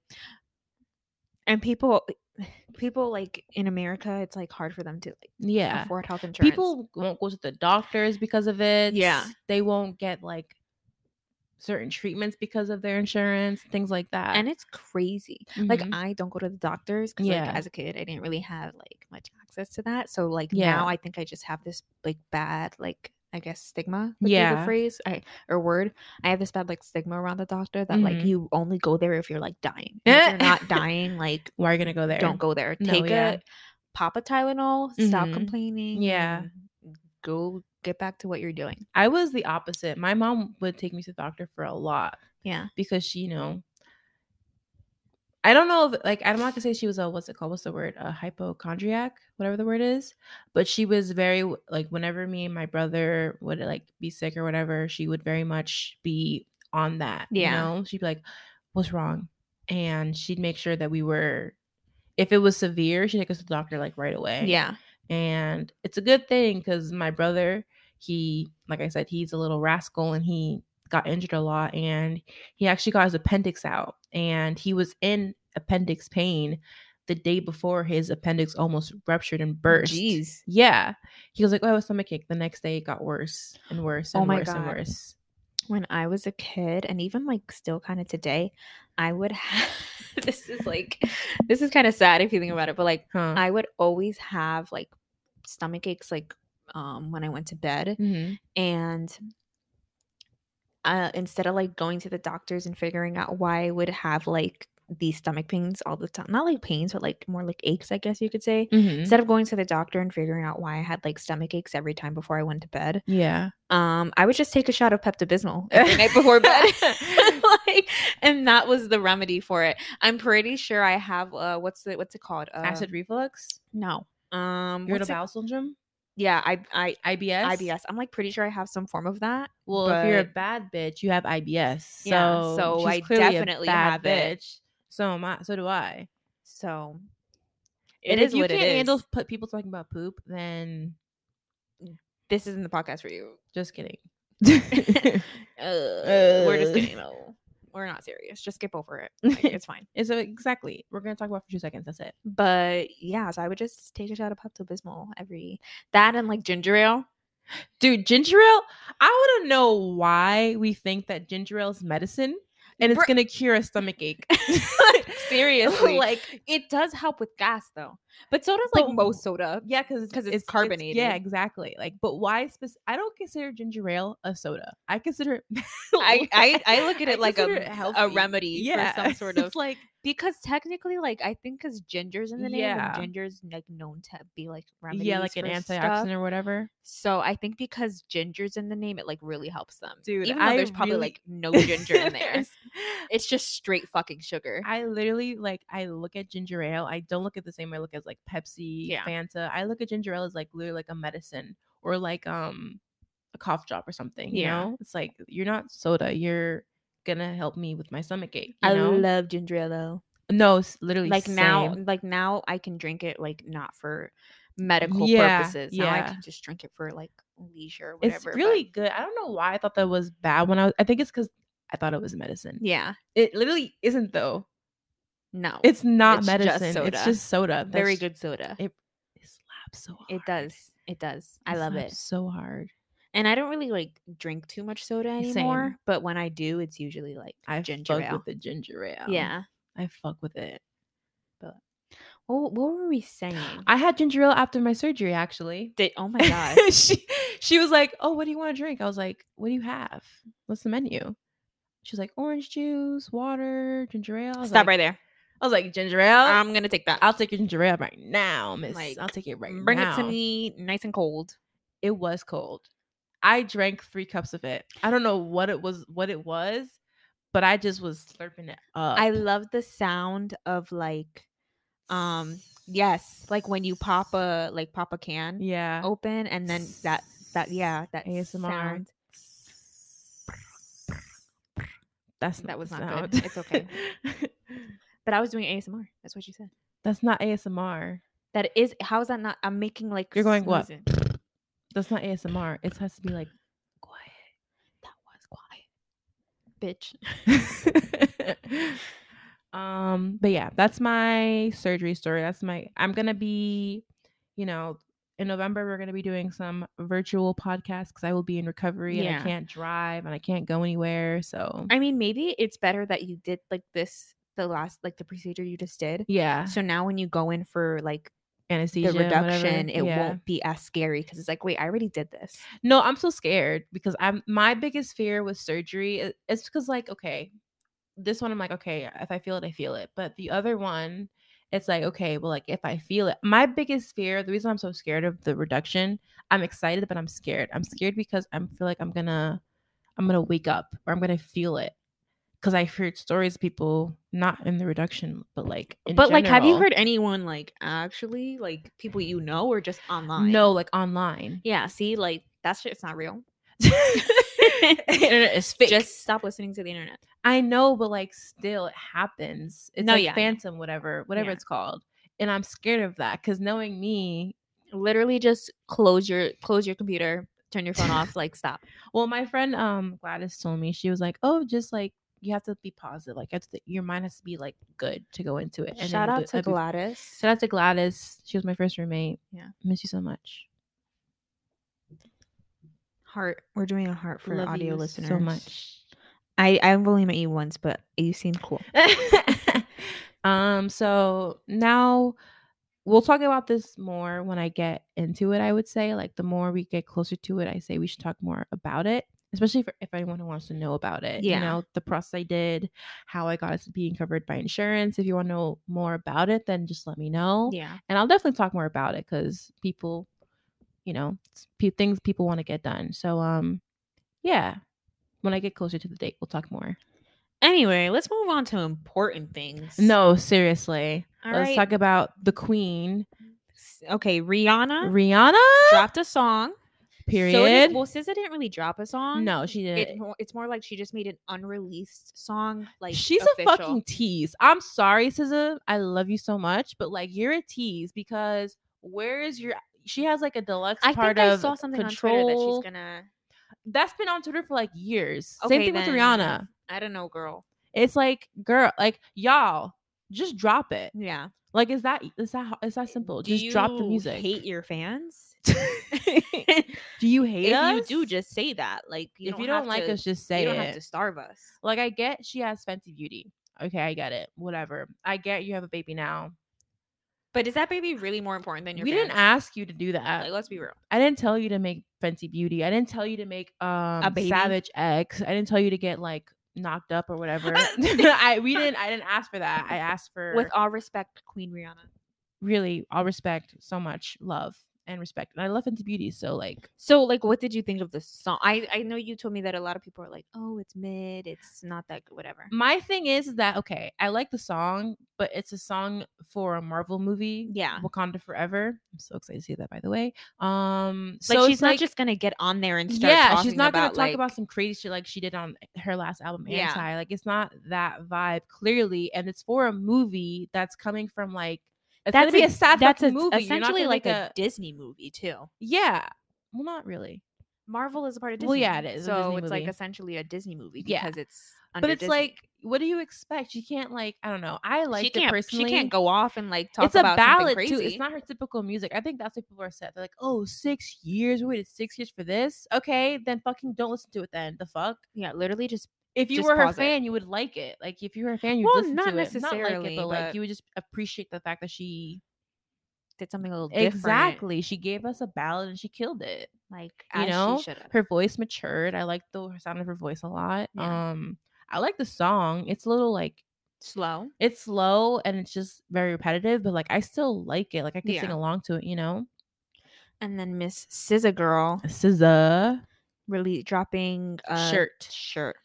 A: and people people like in america it's like hard for them to like
B: Yeah.
A: afford health insurance
B: people won't go to the doctors because of it.
A: Yeah.
B: They won't get like certain treatments because of their insurance, things like that.
A: and it's crazy like
B: Mhm.
A: i don't go to the doctors because
B: Yeah.
A: like as a kid i didn't really have like much access to that so like
B: Yeah.
A: now i think i just have this like bad like i guess stigma would yeah
B: Yeah.
A: the phrase I, or word i have this bad like stigma around the doctor that like
B: Mhm.
A: you only go there if you're like dying And if you're not dying like
B: why are you gonna go there?
A: don't go there
B: No,
A: take
B: yeah.
A: a pop a tylenol stop
B: Mhm.
A: complaining
B: Yeah.
A: and go get back to what you're doing
B: I was the opposite. My mom would take me to the doctor for a lot
A: yeah
B: because she, you know, I don't know if like I'm not gonna say she was a what's it called? What's the word? A hypochondriac, whatever the word is. But she was very like whenever me and my brother would like be sick or whatever, she would very much be on that.
A: Yeah.
B: You know, she'd be like, What's wrong? And she'd make sure that we were if it was severe, she'd take us to the doctor like right away
A: yeah
B: and it's a good thing because my brother he like i said he's a little rascal and he got injured a lot and he actually got his appendix out and he was in appendix pain the day before his appendix almost ruptured and burst
A: Oh, jeez
B: yeah he was like oh i have a stomach ache the next day it got worse and worse and
A: Oh my
B: worse and
A: God.
B: worse
A: when i was a kid and even like still kind of today i would have this is like this is kind of sad if you think about it but like
B: huh
A: i would always have like stomach aches like um when i went to bed
B: Mhm.
A: and uh, instead of like going to the doctors and figuring out why I would have like these stomach pains all the time, not like pains, but like more like aches, I guess you could say.
B: Mhm.
A: Instead of going to the doctor and figuring out why I had like stomach aches every time before I went to bed,
B: yeah
A: um, I would just take a shot of Pepto Bismol every night before bed, like, and that was the remedy for it. I'm pretty sure I have uh, what's the what's it called? Uh,
B: acid reflux
A: No. Um, what's
B: irritable
A: it-
B: bowel syndrome
A: yeah, I I
B: ibs
A: IBS. I'm like pretty sure I have some form of that.
B: Well, if you're a
A: but-
B: bad bitch, you have IBS. So,
A: Yeah, so I
B: clearly a
A: definitely
B: bad
A: have it.
B: bitch. So am I. So do I.
A: So it
B: and if
A: is
B: you
A: what
B: can't
A: it is.
B: handle put people talking about poop, then
A: this isn't the podcast for you.
B: just kidding.
A: Uh, we're just
B: Uh.
A: kidding though. We're not serious. Just skip over it. Like, it's fine.
B: It's a, exactly. We're gonna talk about it for two seconds. That's it.
A: But yeah, so I would just take a shot of Pepto Bismol every that and like ginger ale.
B: Dude, ginger ale. I want to know why we think that ginger ale is medicine and it's
A: Bru-
B: gonna cure a stomach ache.
A: Seriously.
B: like
A: It does help with gas though, but so does like
B: But-
A: most soda.
B: yeah, because
A: 'Cause it's carbonated.
B: yeah, exactly. Like, but why? Spec- I don't consider ginger ale a soda. I consider it.
A: I, I I look at it like
B: consider it
A: a a
B: healthy.
A: remedy for some sort of
B: it's like
A: because technically like I think because ginger's in the name
B: Yeah.
A: and ginger's like known to be like remedies
B: yeah, like an
A: for
B: antioxidant
A: stuff.
B: or whatever.
A: So I think because ginger's in the name, it like really helps them.
B: Dude,
A: even though
B: I
A: there's probably
B: really-
A: like no ginger in there, it's just straight fucking sugar.
B: I literally like I look at ginger ale. I don't look at the same way I look at like Pepsi,
A: Yeah.
B: Fanta. I look at ginger ale as like literally like a medicine or like um a cough drop or something. You
A: Yeah.
B: know, it's like you're not soda. You're gonna help me with my stomach ache. You
A: I
B: know?
A: love ginger ale.
B: no, s- literally
A: Like now,
B: same.
A: like now I can drink it like not for medical
B: Yeah,
A: purposes. Now I
B: yeah.
A: can just drink it for like leisure, or
B: It's
A: whatever. but-
B: really good. I don't know why I thought that was bad when I was. I think it's because I thought it was medicine.
A: yeah.
B: It literally isn't though.
A: No,
B: It's not
A: It's just
B: medicine.
A: soda.
B: It's just soda.
A: very
B: That's-
A: good soda. It,
B: It, it slaps so hard.
A: does. It does. I love
B: slaps
A: it.
B: so hard.
A: And I don't really like drink too much soda anymore.
B: Same.
A: But when I do, it's usually like
B: I
A: ginger
B: fuck
A: ale.
B: with the ginger ale.
A: Yeah.
B: I fuck with it.
A: What, what were we saying?
B: I had ginger ale after my surgery, actually.
A: Did, oh my god.
B: she she was like, "Oh, what do you want to drink?" I was like, "What do you have? What's the menu?" She was like, "Orange juice, water, ginger ale." I was
A: Stop
B: like,
A: right there.
B: I was like, "Ginger ale?
A: I'm gonna take that.
B: I'll take your ginger ale right now, miss.
A: Like,
B: I'll take it right
A: Bring
B: now."
A: it to me, nice and cold.
B: It was cold. I drank three cups of it. I don't know what it was, what it was, but I just was slurping it up.
A: I love the sound of like, um, yes, like when you pop a like pop a can
B: yeah.
A: open Oh, and then that that yeah that
B: ASMR.
A: sound.
B: That's
A: That
B: not
A: was
B: the
A: not good.
B: sound.
A: It's okay. But I was doing ASMR. That's what you said.
B: That's not ASMR.
A: That is how is that not? I'm making like
B: You're going what?
A: sneezing.
B: That's not ASMR. It has to be like quiet.
A: That was quiet, bitch.
B: um, but yeah, that's my surgery story. That's my I'm gonna be, you know, in November we're gonna be doing some virtual podcasts because I will be in recovery and
A: Yeah.
B: I can't drive and I can't go anywhere. So
A: I mean, maybe it's better that you did like this the last like the procedure you just did.
B: yeah,
A: So now when you go in for like
B: anesthesia,
A: the
B: whatever.
A: reduction, it
B: Yeah.
A: won't be as scary because it's like, wait, I already did this.
B: No, I'm so scared because I'm my biggest fear with surgery i- is because like okay, this one I'm like okay, if I feel it, I feel it. But the other one, it's like okay, well like if I feel it, my biggest fear, the reason I'm so scared of the reduction, I'm excited but I'm scared. I'm scared because I feel like I'm gonna I'm gonna wake up or I'm gonna feel it because I've heard stories of people not in the reduction but like in
A: but like, have you
B: general.
A: heard anyone like actually like people you know or just online?
B: no like online.
A: Yeah. See, like that shit's not real.
B: Internet is fake.
A: Just stop listening to the internet.
B: I know, but like still it happens. It's
A: No,
B: like
A: yeah, I know.
B: phantom, whatever, whatever
A: Yeah.
B: it's called. And I'm scared of that because knowing me,
A: Literally, just close your close your computer, turn your phone off. Like, stop.
B: well, my friend um Gladys told me she was like, Oh, just like you have to be positive. Like you have to, your mind has to be like good to go into it. then
A: Shout
B: you'll
A: out
B: do-
A: to
B: it'll be-
A: Gladys.
B: Shout out to Gladys. She was my first roommate.
A: Yeah.
B: Miss you so much.
A: Heart. We're doing a heart for
B: Love
A: audio
B: you
A: listeners.
B: So much.
A: I I've only met you once, but you seem cool.
B: um so now we'll talk about this more when i get into it i would say like the more we get closer to it i say we should talk more about it especially for if anyone who wants to know about it
A: Yeah.
B: you know the process i did how i got it being covered by insurance if you want to know more about it then just let me know
A: Yeah.
B: and i'll definitely talk more about it because people you know it's pe- things people want to get done so um yeah when i get closer to the date we'll talk more
A: Anyway, let's move on to important things.
B: no seriously
A: All
B: Let's
A: right.
B: talk about the Queen,
A: S- Okay, Rihanna
B: Rihanna.
A: dropped a song.
B: period.
A: So did- well, SZA didn't really drop a song.
B: no, she
A: It,
B: didn't.
A: mo- it's more like she just made an unreleased song. Like
B: She's
A: official.
B: a fucking tease. I'm sorry, SZA. I love you so much, but like you're a tease because where is your? She has like a deluxe
A: I
B: part
A: think I
B: of
A: saw something
B: control.
A: on Twitter that she's gonna.
B: That's been on Twitter for like years.
A: Okay,
B: Same thing
A: then.
B: with Rihanna.
A: I don't know, girl.
B: It's like, girl, like y'all, just drop it.
A: Yeah.
B: Like, is that is that is that simple?
A: Do
B: just drop the
A: you
B: music.
A: Hate your fans.
B: do you hate
A: if
B: us?
A: you do, just say that. Like, you
B: if
A: don't
B: you don't
A: have
B: like
A: to,
B: us, just say
A: you don't
B: it.
A: have to starve us.
B: Like I get she has fancy beauty. Okay, I get it. Whatever. I get you have a baby now.
A: But is that baby really more important than your?
B: we
A: fans?
B: didn't ask you to do that.
A: Like, let's be real.
B: I didn't tell you to make fancy beauty. I didn't tell you to make um
A: baby?
B: savage X. I didn't tell you to get like knocked up or whatever. I we didn't I didn't ask for that. I asked for
A: With all respect, Queen Rihanna.
B: really all respect, so much love and respect. And I love fancy beauty, so like
A: So, like, what did you think of the song? I I know you told me that a lot of people are like, "Oh, it's mid. It's not that good. Whatever."
B: my thing is that okay, I like the song, but it's a song for a Marvel movie.
A: Mm, Yeah.
B: Wakanda Forever. I'm so excited to see that, by the way. Um,
A: Like
B: so
A: she's
B: it's
A: not
B: like-
A: just gonna get on there and start.
B: yeah,
A: talking
B: she's not
A: about,
B: gonna talk
A: like,
B: about some crazy shit like she did on her last album,
A: Yeah.
B: Anti. Like it's not that vibe clearly, and it's for a movie that's coming from like it's gonna be a sad
A: that's
B: fucking
A: a-
B: movie. You're not
A: essentially
B: gonna
A: like
B: make
A: a, Disney movie too.
B: yeah. Well, not really,
A: Marvel is a part of Disney.
B: Well, yeah, it is a
A: So
B: Disney
A: it's like
B: movie.
A: essentially a Disney movie
B: Yeah.
A: because it's.
B: but
A: under
B: it's
A: Disney.
B: like, what do you expect? She can't like I don't know. I like
A: she
B: it
A: can't.
B: personally.
A: She can't go off and like talk
B: it's
A: about
B: a ballad
A: something
B: too.
A: crazy.
B: It's not her typical music. I think that's what people are upset. They're like, oh, six years. We waited six years for this. Okay, then fucking don't listen to it. Then the fuck.
A: Yeah, literally just
B: if you
A: Just
B: were her
A: pause it.
B: fan, you would like it. Like if you were a fan, you'd
A: Well,
B: listen
A: not
B: to it. Not like
A: necessarily,
B: it, but, like
A: but-
B: you would just appreciate the fact that she
A: did something a little different.
B: exactly she gave us a ballad and she killed it.
A: Like
B: You
A: as she
B: know,
A: should've.
B: Her voice matured. I like the sound of her voice a lot.
A: Yeah.
B: Um, I like the song. It's a little like
A: slow.
B: it's slow and it's just very repetitive, but like I still like it. Like I can sing
A: Yeah.
B: along to it. You know,
A: And then Miss SZA girl
B: SZA
A: really dropping a
B: shirt.
A: Shirt.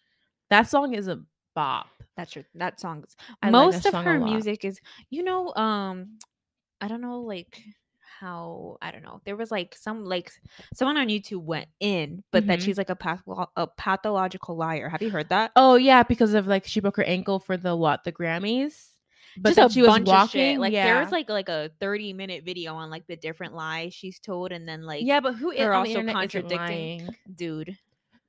B: That song is a bop.
A: That's your that song. is-
B: I like
A: Most
B: that
A: of
B: song a
A: her
B: lot.
A: music is, you know, um, I don't know, like how I don't know. There was like some like someone on YouTube went in, but that
B: Mhm.
A: she's like a patho- a pathological liar. Have you heard that?
B: Oh yeah, because of like she broke her ankle for the what the Grammys.
A: Just
B: that
A: a bunch of shit. Like there was like like a thirty minute video on like the different lies she's told, and then like
B: yeah, but who is
A: they're
B: on the
A: also
B: internet isn't
A: contradicting.
B: lying?
A: dude,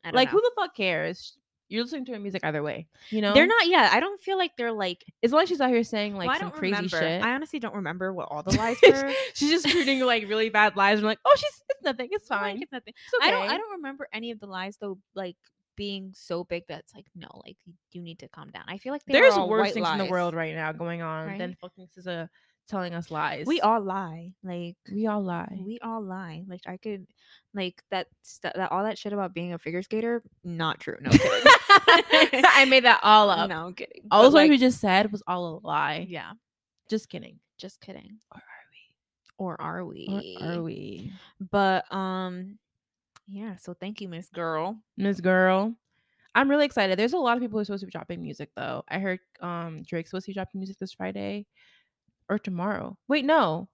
A: I don't
B: Like
A: know.
B: who the fuck cares? You're listening to her music either way. You know
A: They're not. Yeah, I don't feel like they're like.
B: As long as she's out here saying
A: Like
B: like
A: I
B: some
A: don't
B: crazy
A: remember.
B: shit.
A: I honestly don't remember what all the lies were.
B: she's just creating like really bad lies. I'm like, oh, she's it's nothing. It's
A: I'm like,
B: fine.
A: it's nothing.
B: It's okay.
A: I don't I don't remember any of the lies though like being so big that's like no like y- you need to calm down. I feel like they were
B: There's
A: all
B: worse
A: white
B: things in the
A: lies.
B: world right now going on than
A: Right?
B: fucking SZA telling us lies.
A: We all lie. Like
B: we all lie.
A: we all lie. Like I could like that stuff that all that shit about being a figure skater not true. No kidding.
B: I made that all up.
A: no I'm kidding.
B: All
A: But,
B: those words we
A: like,
B: just said was all a lie.
A: yeah,
B: Just kidding.
A: just kidding.
B: Or are
A: Or are we?
B: we? Or are we?
A: But um yeah, so thank you Miss Girl.
B: Miss Girl. I'm really excited. There's a lot of people who are supposed to be dropping music though. I heard um Drake's supposed to be dropping music this Friday or tomorrow. Wait, no.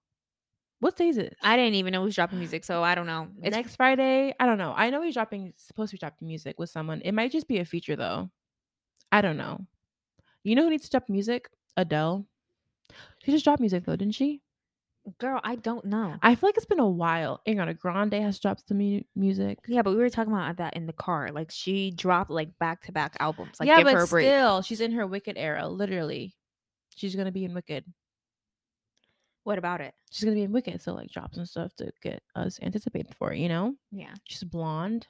B: What day is it?
A: I didn't even know who's dropping music, so I don't know. It's
B: Next Friday? I don't know. I know he's dropping supposed to be dropping music with someone. It might just be a feature though. I don't know. You know who needs to drop music? Adele. She just dropped music though, didn't she?
A: girl, I don't know.
B: I feel like it's been a while. Ariana Grande has dropped some mu- music.
A: Yeah, but we were talking about that in the car. Like she dropped like back to back albums. Like
B: yeah,
A: give
B: but
A: her a break.
B: still, she's in her Wicked era. Literally, she's gonna be in Wicked.
A: what about it?
B: She's gonna be in Wicked, so like drops and stuff to get us anticipated for. You know,
A: Yeah.
B: she's blonde.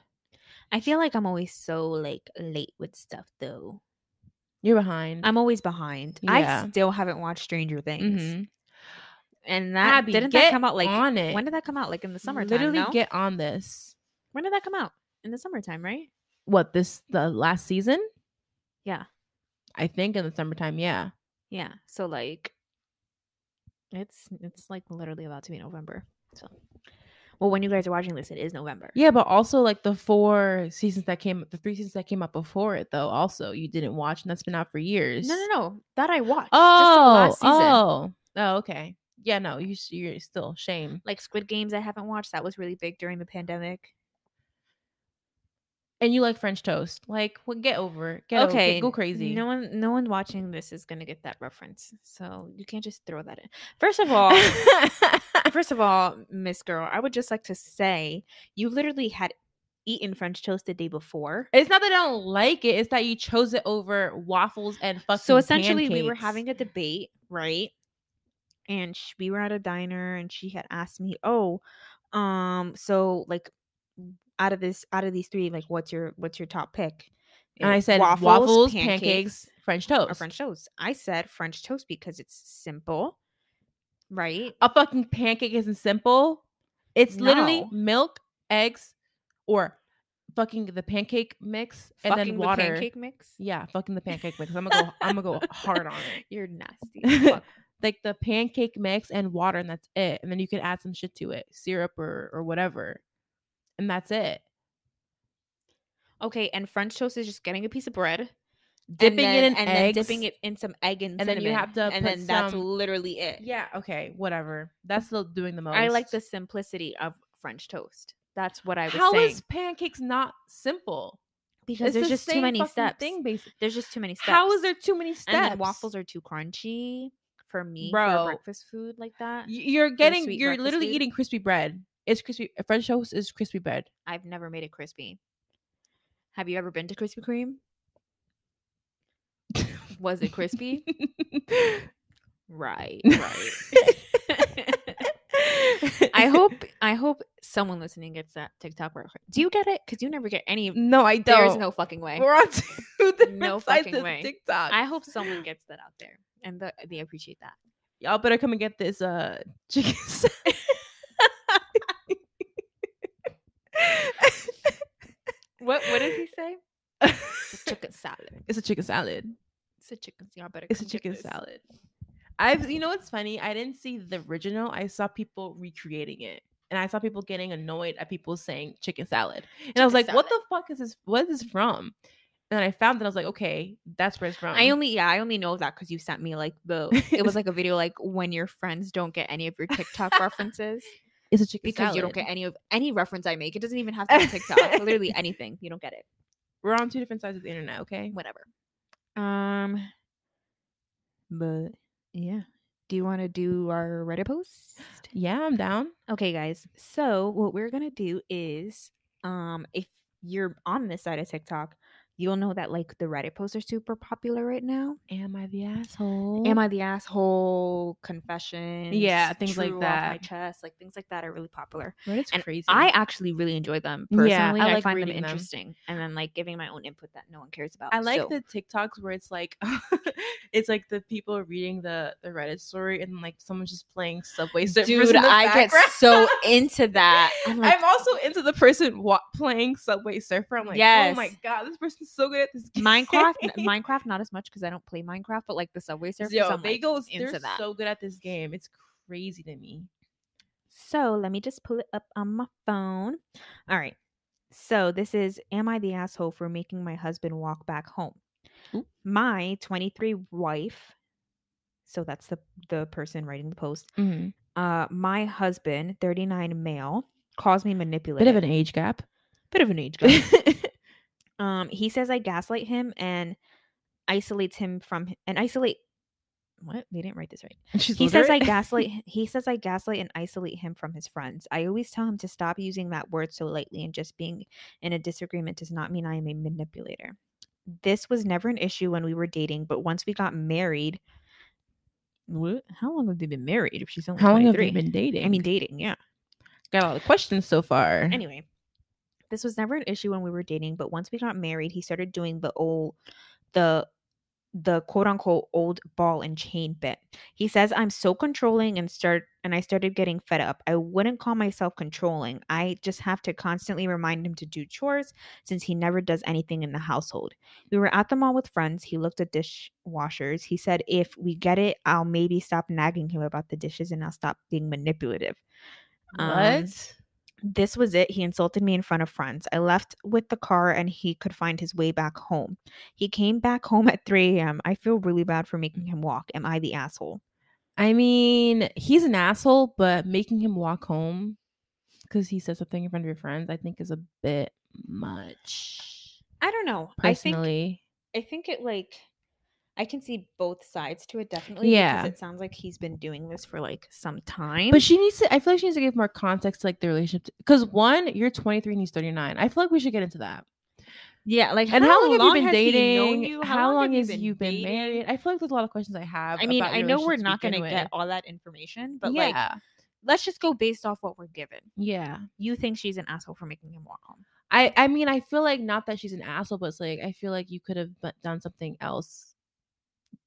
A: I feel like I'm always so like late with stuff though.
B: You're behind.
A: I'm always behind.
B: Yeah.
A: I still haven't watched Stranger Things.
B: Mhm.
A: And that
B: Abby,
A: didn't
B: get
A: that come out like
B: on it.
A: when did that come out? Like in the summertime.
B: Literally,
A: no?
B: get on this.
A: when did that come out? In the summertime, right?
B: What this the last season?
A: Yeah.
B: I think in the summertime. Yeah,
A: Yeah. So like it's it's like literally about to be November. So well when you guys are watching this, it is November.
B: yeah, but also like the four seasons that came, the three seasons that came out before it, though. Also, you didn't watch, and that's been out for years.
A: No, no, no. That I watched.
B: Oh,
A: just the last season.
B: oh, oh, okay. Yeah, no, you s- you're still shame,
A: like Squid Games I haven't watched. That was really big during the pandemic.
B: and you like French toast. Like, well, get over, it. get okay, go crazy.
A: No one no one watching this is gonna get that reference. So you can't just throw that in. First of all, first of all, Miss Girl, I would just like to say you literally had eaten French toast the day before.
B: it's not that I don't like it; it's that you chose it over waffles and fucking.
A: so essentially we were
B: pancakes.
A: having a debate right and sh- we were at a diner and she had asked me oh um so like w- out of this out of these three like what's your what's your top pick
B: and I
A: It-
B: said waffles, pancakes, French toast,
A: or french toast i said french toast because it's simple right
B: A fucking pancake isn't simple. It's literally
A: No.
B: milk, eggs, or fucking the pancake mix and
A: fucking
B: then water.
A: the pancake mix
B: Yeah, fucking the pancake mix. I'm gonna go. I'm gonna go hard on it.
A: you're nasty Fuck.
B: like the pancake mix and water and that's it and then you can add some shit to it syrup or or whatever and that's it
A: okay and french toast is just getting a piece of bread
B: dipping
A: then,
B: it in
A: and then
B: eggs,
A: dipping it in some egg and,
B: and then you
A: cinnamon,
B: have to
A: and
B: put
A: then that's
B: some-
A: literally it.
B: Yeah, okay, whatever. That's the doing the most.
A: I like the simplicity of French toast. That's what I was
B: How
A: saying.
B: is pancakes not simple?
A: because
B: It's
A: there's
B: the
A: just too
B: same
A: many
B: fucking
A: steps.
B: Thing, basically.
A: There's just too many steps.
B: How is there too many steps?
A: And then waffles are too crunchy for me
B: Bro.
A: for breakfast food like that.
B: Y- You're getting.
A: sweet
B: You're
A: breakfast
B: literally
A: food?
B: eating crispy bread. It's crispy. French toast is crispy bread.
A: I've never made it crispy. Have you ever been to Krispy Kreme? Was it crispy? right, right. I hope I hope someone listening gets that TikTok reference. Do you get it? Because you never get any. of
B: No, I don't.
A: There's no fucking way.
B: We're on two different
A: No
B: sides
A: fucking
B: of
A: way.
B: TikTok.
A: I hope someone gets that out there, and the, they appreciate that.
B: y'all better come and get this uh chicken. sa-
A: What What does he say? It's a chicken salad.
B: it's a chicken salad.
A: It's a chicken. Y'all better.
B: It's a
A: come get
B: chicken
A: this.
B: salad. I've you know what's funny? I didn't see the original. I saw people recreating it. And I saw people getting annoyed at people saying chicken salad. And I was like,
A: Chicken
B: what the fuck is this? What is this from? And then I found that I was like, okay, that's where it's from.
A: I only yeah I only know that because you sent me like the it was like a video like when your friends don't get any of your TikTok references
B: it's a chicken
A: because you don't
B: salad.
A: get any of any reference I make it doesn't even have to be TikTok literally anything you don't get it
B: We're on two different sides of the internet, okay?
A: whatever um but yeah do you want to do our Reddit post
B: Yeah, I'm down.
A: okay guys so what we're gonna do is um if you're on this side of TikTok you'll know that like the Reddit posts are super popular right now
B: Am I the asshole?
A: Am I the asshole? Confessions.
B: things like
A: true off my
B: that.
A: chest, like things like that, are really popular.
B: Reddit's
A: and
B: crazy.
A: I actually really enjoy them
B: Yeah,
A: personally.
B: I
A: I,
B: like
A: find them
B: reading them.
A: interesting, and then like giving my own input that no one cares about.
B: I like
A: So,
B: the TikToks where it's like it's like the people reading the the Reddit story and like someone's just playing Subway Surfers.
A: dude.
B: in the
A: I
B: background.
A: get so into that. I'm like,
B: I'm also into the person wa- playing Subway Surfer. I'm like, oh my
A: Yes.
B: god, this person's so good at this game.
A: Minecraft, Minecraft, not as much because I don't play Minecraft, but like the Subway Surfers,
B: Yo,
A: I'm
B: they
A: like,
B: go. They're
A: into that.
B: so good at this game. It's crazy to me.
A: So let me just pull it up on my phone. All right. So this is Am I the asshole for making my husband walk back home?
B: Ooh.
A: My 23 wife, so that's the, the person writing the post. Uh, my husband, 39 male, calls me manipulative.
B: age gap.
A: bit of an age gap. um, he says I gaslight him and isolates him from h- and isolate. What? They didn't write this right
B: She's
A: he says I
B: literate.
A: gaslight. h- He says I gaslight and isolate him from his friends. I always tell him to stop using that word so lightly, and just being in a disagreement does not mean I am a manipulator. This was never an issue when we were dating, but once we got married, what? How long have they been married? If she's only how
B: been dating?
A: I mean, dating. Yeah.
B: got a lot of questions so far.
A: Anyway, this was never an issue when we were dating, but once we got married, he started doing the old, the, the quote unquote old ball and chain bit. He says I'm so controlling and start and I started getting fed up. I wouldn't call myself controlling. I just have to constantly remind him to do chores since he never does anything in the household. We were at the mall with friends. He looked at dishwashers. He said if we get it, I'll maybe stop nagging him about the dishes and I'll stop being manipulative.
B: what?
A: um, This was it. He insulted me in front of friends. I left with the car and he could find his way back home. He came back home at 3 a.m. I feel really bad for making him walk. Am I the asshole?
B: I mean, he's an asshole, but making him walk home because he said something in front of your friends, I think, is a bit much.
A: I don't know.
B: Personally,
A: I think I think it like I can see both sides to it definitely.
B: Yeah.
A: Because it sounds like he's been doing this for like some time.
B: but she needs to. I feel like she needs to give more context to like the relationship. Because one, you're 23 and he's 39. I feel like we should get into that.
A: yeah, like
B: And how, long, have you been
A: has he known
B: dating?
A: you?
B: How, long,
A: have
B: has you been,
A: dating?
B: married? I feel like there's a lot of questions I have.
A: I mean,
B: about
A: I
B: your
A: know we're
B: relationship
A: not gonna
B: begin
A: get
B: with.
A: all that information, but like
B: yeah,
A: let's just go based off what we're given.
B: yeah.
A: You think she's an asshole for making him walk home.
B: I I mean, I feel like not that she's an asshole, but it's like I feel like you could have bu- done something else.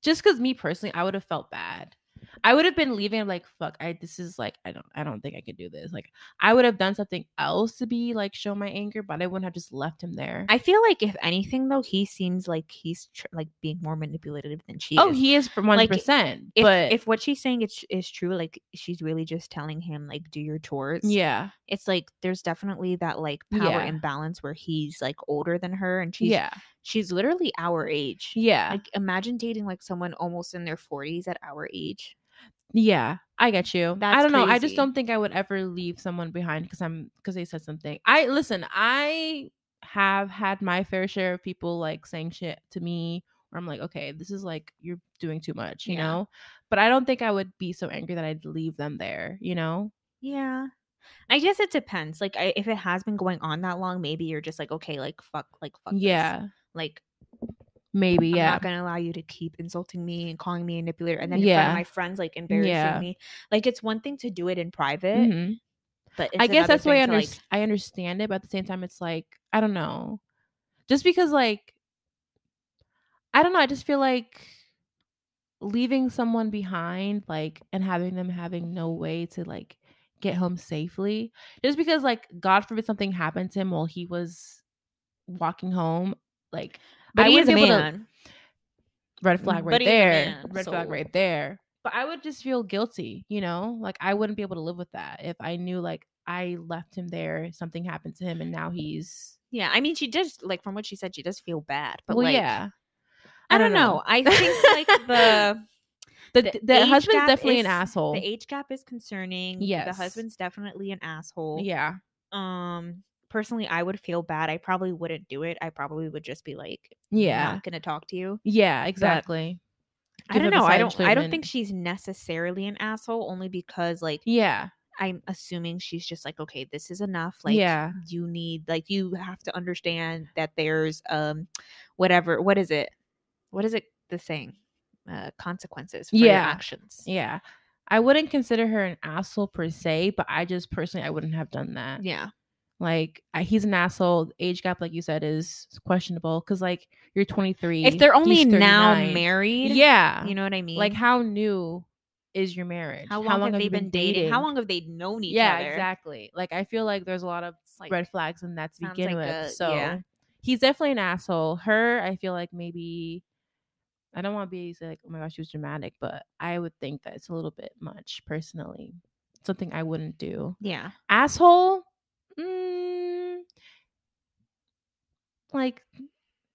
B: Just because me personally, I would have felt bad. I would have been leaving like fuck. I this is like I don't I don't think I could do this. Like I would have done something else to be like show my anger, but I wouldn't have just left him there.
A: I feel like if anything though, he seems like he's tr- like being more manipulative than she
B: oh,
A: is.
B: he is from one
A: Like,
B: hundred percent.
A: if,
B: But
A: if what she's saying is is true, like she's really just telling him like do your chores.
B: yeah,
A: it's like there's definitely that like power
B: Yeah.
A: imbalance where he's like older than her and she's
B: yeah,
A: she's literally our age.
B: Yeah.
A: Like imagine dating like someone almost in their 40s at our age.
B: Yeah, I get you.
A: That's
B: I don't know. I
A: crazy.
B: just don't think I would ever leave someone behind because I'm because they said something. I listen. I have had my fair share of people like saying shit to me, where I'm like, okay, this is like you're doing too much, you
A: Yeah.
B: know. But I don't think I would be so angry that I'd leave them there, you know.
A: Yeah. I guess it depends. Like I, if it has been going on that long, maybe you're just like okay, like fuck, like fuck. this.
B: yeah,
A: Like
B: maybe.
A: I'm
B: Yeah,
A: not gonna allow you to keep insulting me and calling me a manipulator, and then in front
B: Yeah.
A: of my friends like embarrassing
B: Yeah.
A: me. Like it's one thing to do it in private,
B: Mhm.
A: but it's
B: I guess
A: another
B: that's why I,
A: thing to,
B: under-
A: like,
B: I understand it, but at the same time, it's like I don't know. Just because, like, I don't know. I just feel like leaving someone behind, like, and having them having no way to like get home safely, just because, like, God forbid something happened to him while he was walking home, like,
A: but
B: I
A: he is a
B: wouldn't be able to-
A: man.
B: red flag right
A: Mm-hmm. But he's a
B: there,
A: man,
B: red flag
A: so-
B: right there. But I would just feel guilty, you know, like I wouldn't be able to live with that if I knew like I left him there, something happened to him, and now he's.
A: Yeah, I mean, she does like from what she said, she does feel bad, but
B: But well,
A: like,
B: yeah,
A: I, don't know. I think like the
B: the
A: the
B: the,
A: age
B: husband's
A: gap
B: definitely an
A: is- the
B: asshole.
A: the age gap is concerning. the
B: Yes.
A: husband's definitely an asshole.
B: yeah,
A: Um, personally, I would feel bad. I probably wouldn't do it. I probably would just be like,
B: yeah,
A: not gonna talk to you.
B: yeah, exactly.
A: I
B: Give
A: don't
B: him a
A: know. I
B: side
A: don't. I don't
B: treatment.
A: think she's necessarily an asshole, only because like
B: Yeah,
A: I'm assuming she's just like, okay, this is enough. Like,
B: yeah,
A: you need like you have to understand that there's um, whatever. What is it? What is it? The saying, uh, consequences for your
B: Yeah.
A: actions.
B: yeah. I wouldn't consider her an asshole per se, but I just personally I wouldn't have done that.
A: Yeah.
B: Like I, he's an asshole. The Age gap, like you said, is questionable because like you're 23.
A: If they're only
B: he's
A: now
B: 39.
A: married,
B: yeah,
A: you know what I mean.
B: like how new is your marriage?
A: how long, have they been dating? How long have they known each
B: yeah,
A: other?
B: exactly. Like I feel like there's a lot of
A: It's like-
B: red flags in that to
A: sounds
B: begin
A: like
B: with.
A: a-
B: so
A: yeah.
B: he's definitely an asshole. Her, I feel like maybe I don't want to be say like, oh my gosh, she was dramatic, but I would think that it's a little bit much personally. Something I wouldn't do
A: Yeah.
B: asshole mm, like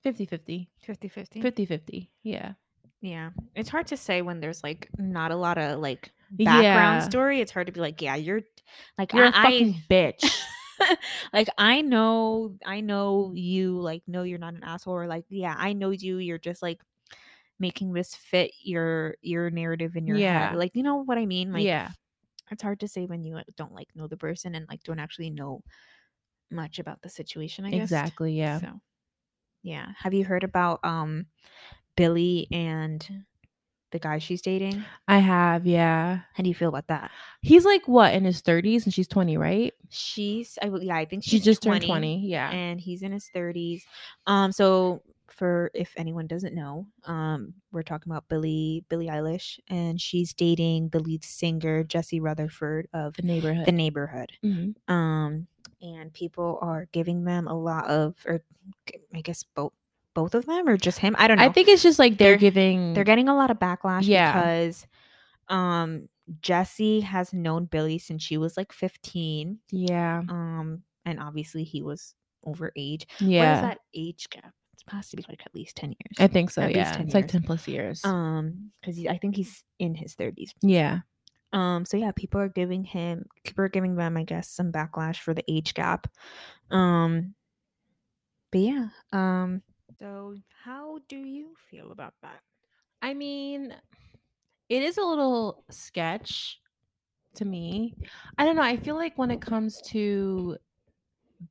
B: 50 50
A: 50 50.
B: 50 50 yeah
A: Yeah. It's hard to say when there's like not a lot of like background
B: yeah.
A: story. It's hard to be like, yeah, you're like
B: you're a
A: I,
B: fucking bitch
A: I like I know I know you like no you're not an asshole or like yeah, I know you. You're just like making this fit your your narrative in your
B: Yeah.
A: head. Like you know what I mean? Like
B: yeah
A: it's hard to say when you like, don't like know the person and like don't actually know much about the situation, I guess.
B: exactly yeah
A: So yeah. Have you heard about um Billy and the guy she's dating?
B: i have yeah
A: How do you feel about that?
B: he's like what in his 30s and she's 20 right
A: She's I w- yeah, I think
B: she
A: she's
B: just turned 20 yeah
A: and he's in his 30s. Um so for if anyone doesn't know, um we're talking about Billy Billie Eilish and she's dating the lead singer Jesse Rutherford of
B: the neighborhood
A: The Neighborhood.
B: Mhm.
A: Um and people are giving them a lot of or g- I guess both both of them or just him. I don't know.
B: i think it's just like they're,
A: They're-
B: giving
A: they're getting a lot of backlash
B: Yeah.
A: because um Jesse has known Billy since she was like 15.
B: yeah
A: Um and obviously he was over age. What is
B: yeah
A: that age gap? It's supposed to be like at least 10
B: i
A: years.
B: think so
A: At least
B: yeah
A: 10
B: it's like
A: years.
B: 10 plus years
A: Um cuz I think he's in his 30s.
B: yeah
A: Um so yeah, people are giving him people are giving them I guess some backlash for the age gap. Um but yeah, um so how do you feel about that?
B: I mean, it is a little sketch to me. I don't know. I feel like when it comes to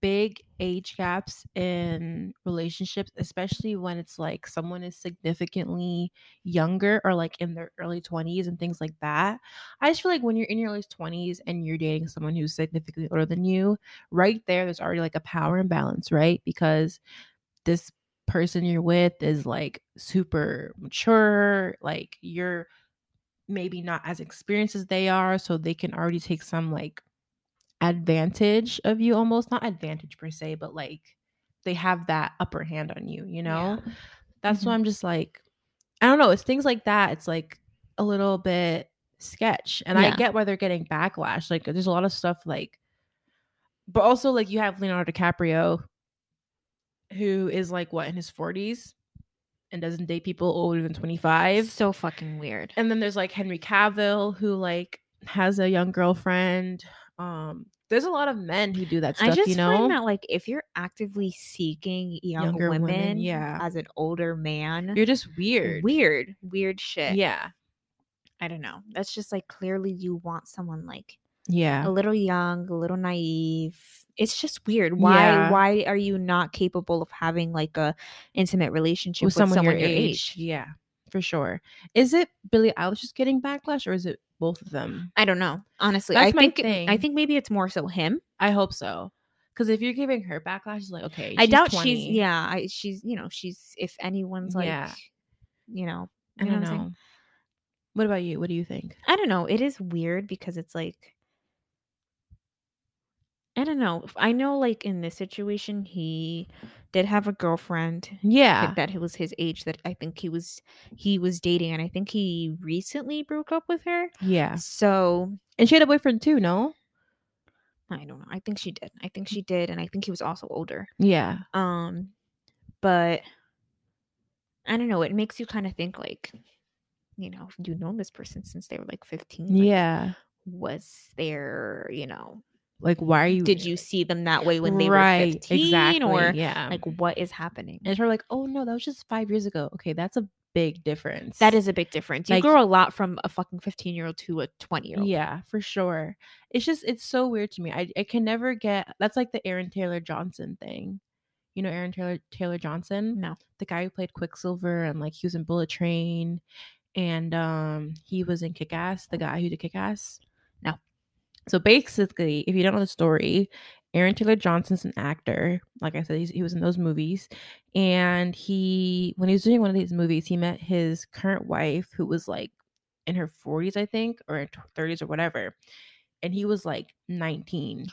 B: big age gaps in relationships, especially when it's like someone is significantly younger or like in their early 20s and things like that, I just feel like when you're in your early 20s and you're dating someone who's significantly older than you, right there, there's already like a power imbalance, right? Because this person you're with is like super mature, like you're maybe not as experienced as they are, so they can already take some like advantage of you almost not advantage per se, but like they have that upper hand on you, you know? That's
A: Mm-hmm.
B: why I'm just like, I don't know. It's things like that. It's like a little bit sketch. And
A: Yeah.
B: I get why they're getting backlash. Like there's a lot of stuff like, but also like you have Leonardo DiCaprio who is like what in his 40s and doesn't date people older than 25.
A: so fucking weird.
B: and then there's like Henry Cavill who like has a young girlfriend. Um there's a lot of men who do that stuff,
A: I just
B: you know.
A: find that like if you're actively seeking young
B: Younger
A: women,
B: women, yeah.
A: as an older man,
B: You're just weird.
A: weird, weird shit.
B: Yeah.
A: I don't know. That's just like clearly you want someone like
B: Yeah.
A: a little young, a little naive. It's just weird. Why
B: Yeah.
A: why are you not capable of having like a intimate relationship with, someone, your, age?
B: Yeah, for sure. Is it Billie Eilish is getting backlash or is it both of them?
A: I don't know. Honestly,
B: That's
A: I
B: my
A: think I
B: thing.
A: think maybe it's more so him.
B: I hope so. Because if you're giving her backlash, it's like, okay,
A: I doubt
B: 20.
A: she's yeah, I, she's you know, she's if anyone's like
B: Yeah.
A: you know,
B: I
A: you
B: don't
A: what I'm saying?
B: know. What about you? What do you think?
A: I don't know. It is weird because it's like I don't know. I know like in this situation he did have a girlfriend
B: Yeah.
A: like, that it was his age that I think he was he was dating and I think he recently broke up with her.
B: Yeah.
A: So
B: And she had a boyfriend too, no?
A: I don't know. I think she did. I think she did and I think he was also older.
B: Yeah.
A: Um but I don't know, it makes you kind of think like you know, you know this person since they were like
B: Mm,
A: 15. like,
B: Yeah.
A: Was there, you know,
B: Like, why are you?
A: did you see them that way when they were 15
B: exactly.
A: or
B: yeah.
A: like what is happening?
B: and we're like, oh no, that was just five years ago. Okay, that's a big difference.
A: That is a big difference. You
B: Like-
A: grow a lot from a fucking 15 year old to a 20 year old.
B: Yeah, for sure. It's just it's so weird to me. I I can never get that's like the Aaron Taylor Johnson thing. You know Aaron Taylor Taylor Johnson,
A: No.
B: the guy who played Quicksilver and like he was in Bullet Train and um he was in Kick Ass, the guy who did Kick Ass.
A: No.
B: So basically, if you don't know the story, Aaron Taylor Johnson's an actor. Like I said, he's, he was in those movies. And he, when he was doing one of these movies, he met his current wife, who was like in her 40s, I think, or in her 30s or whatever. And he was like 19.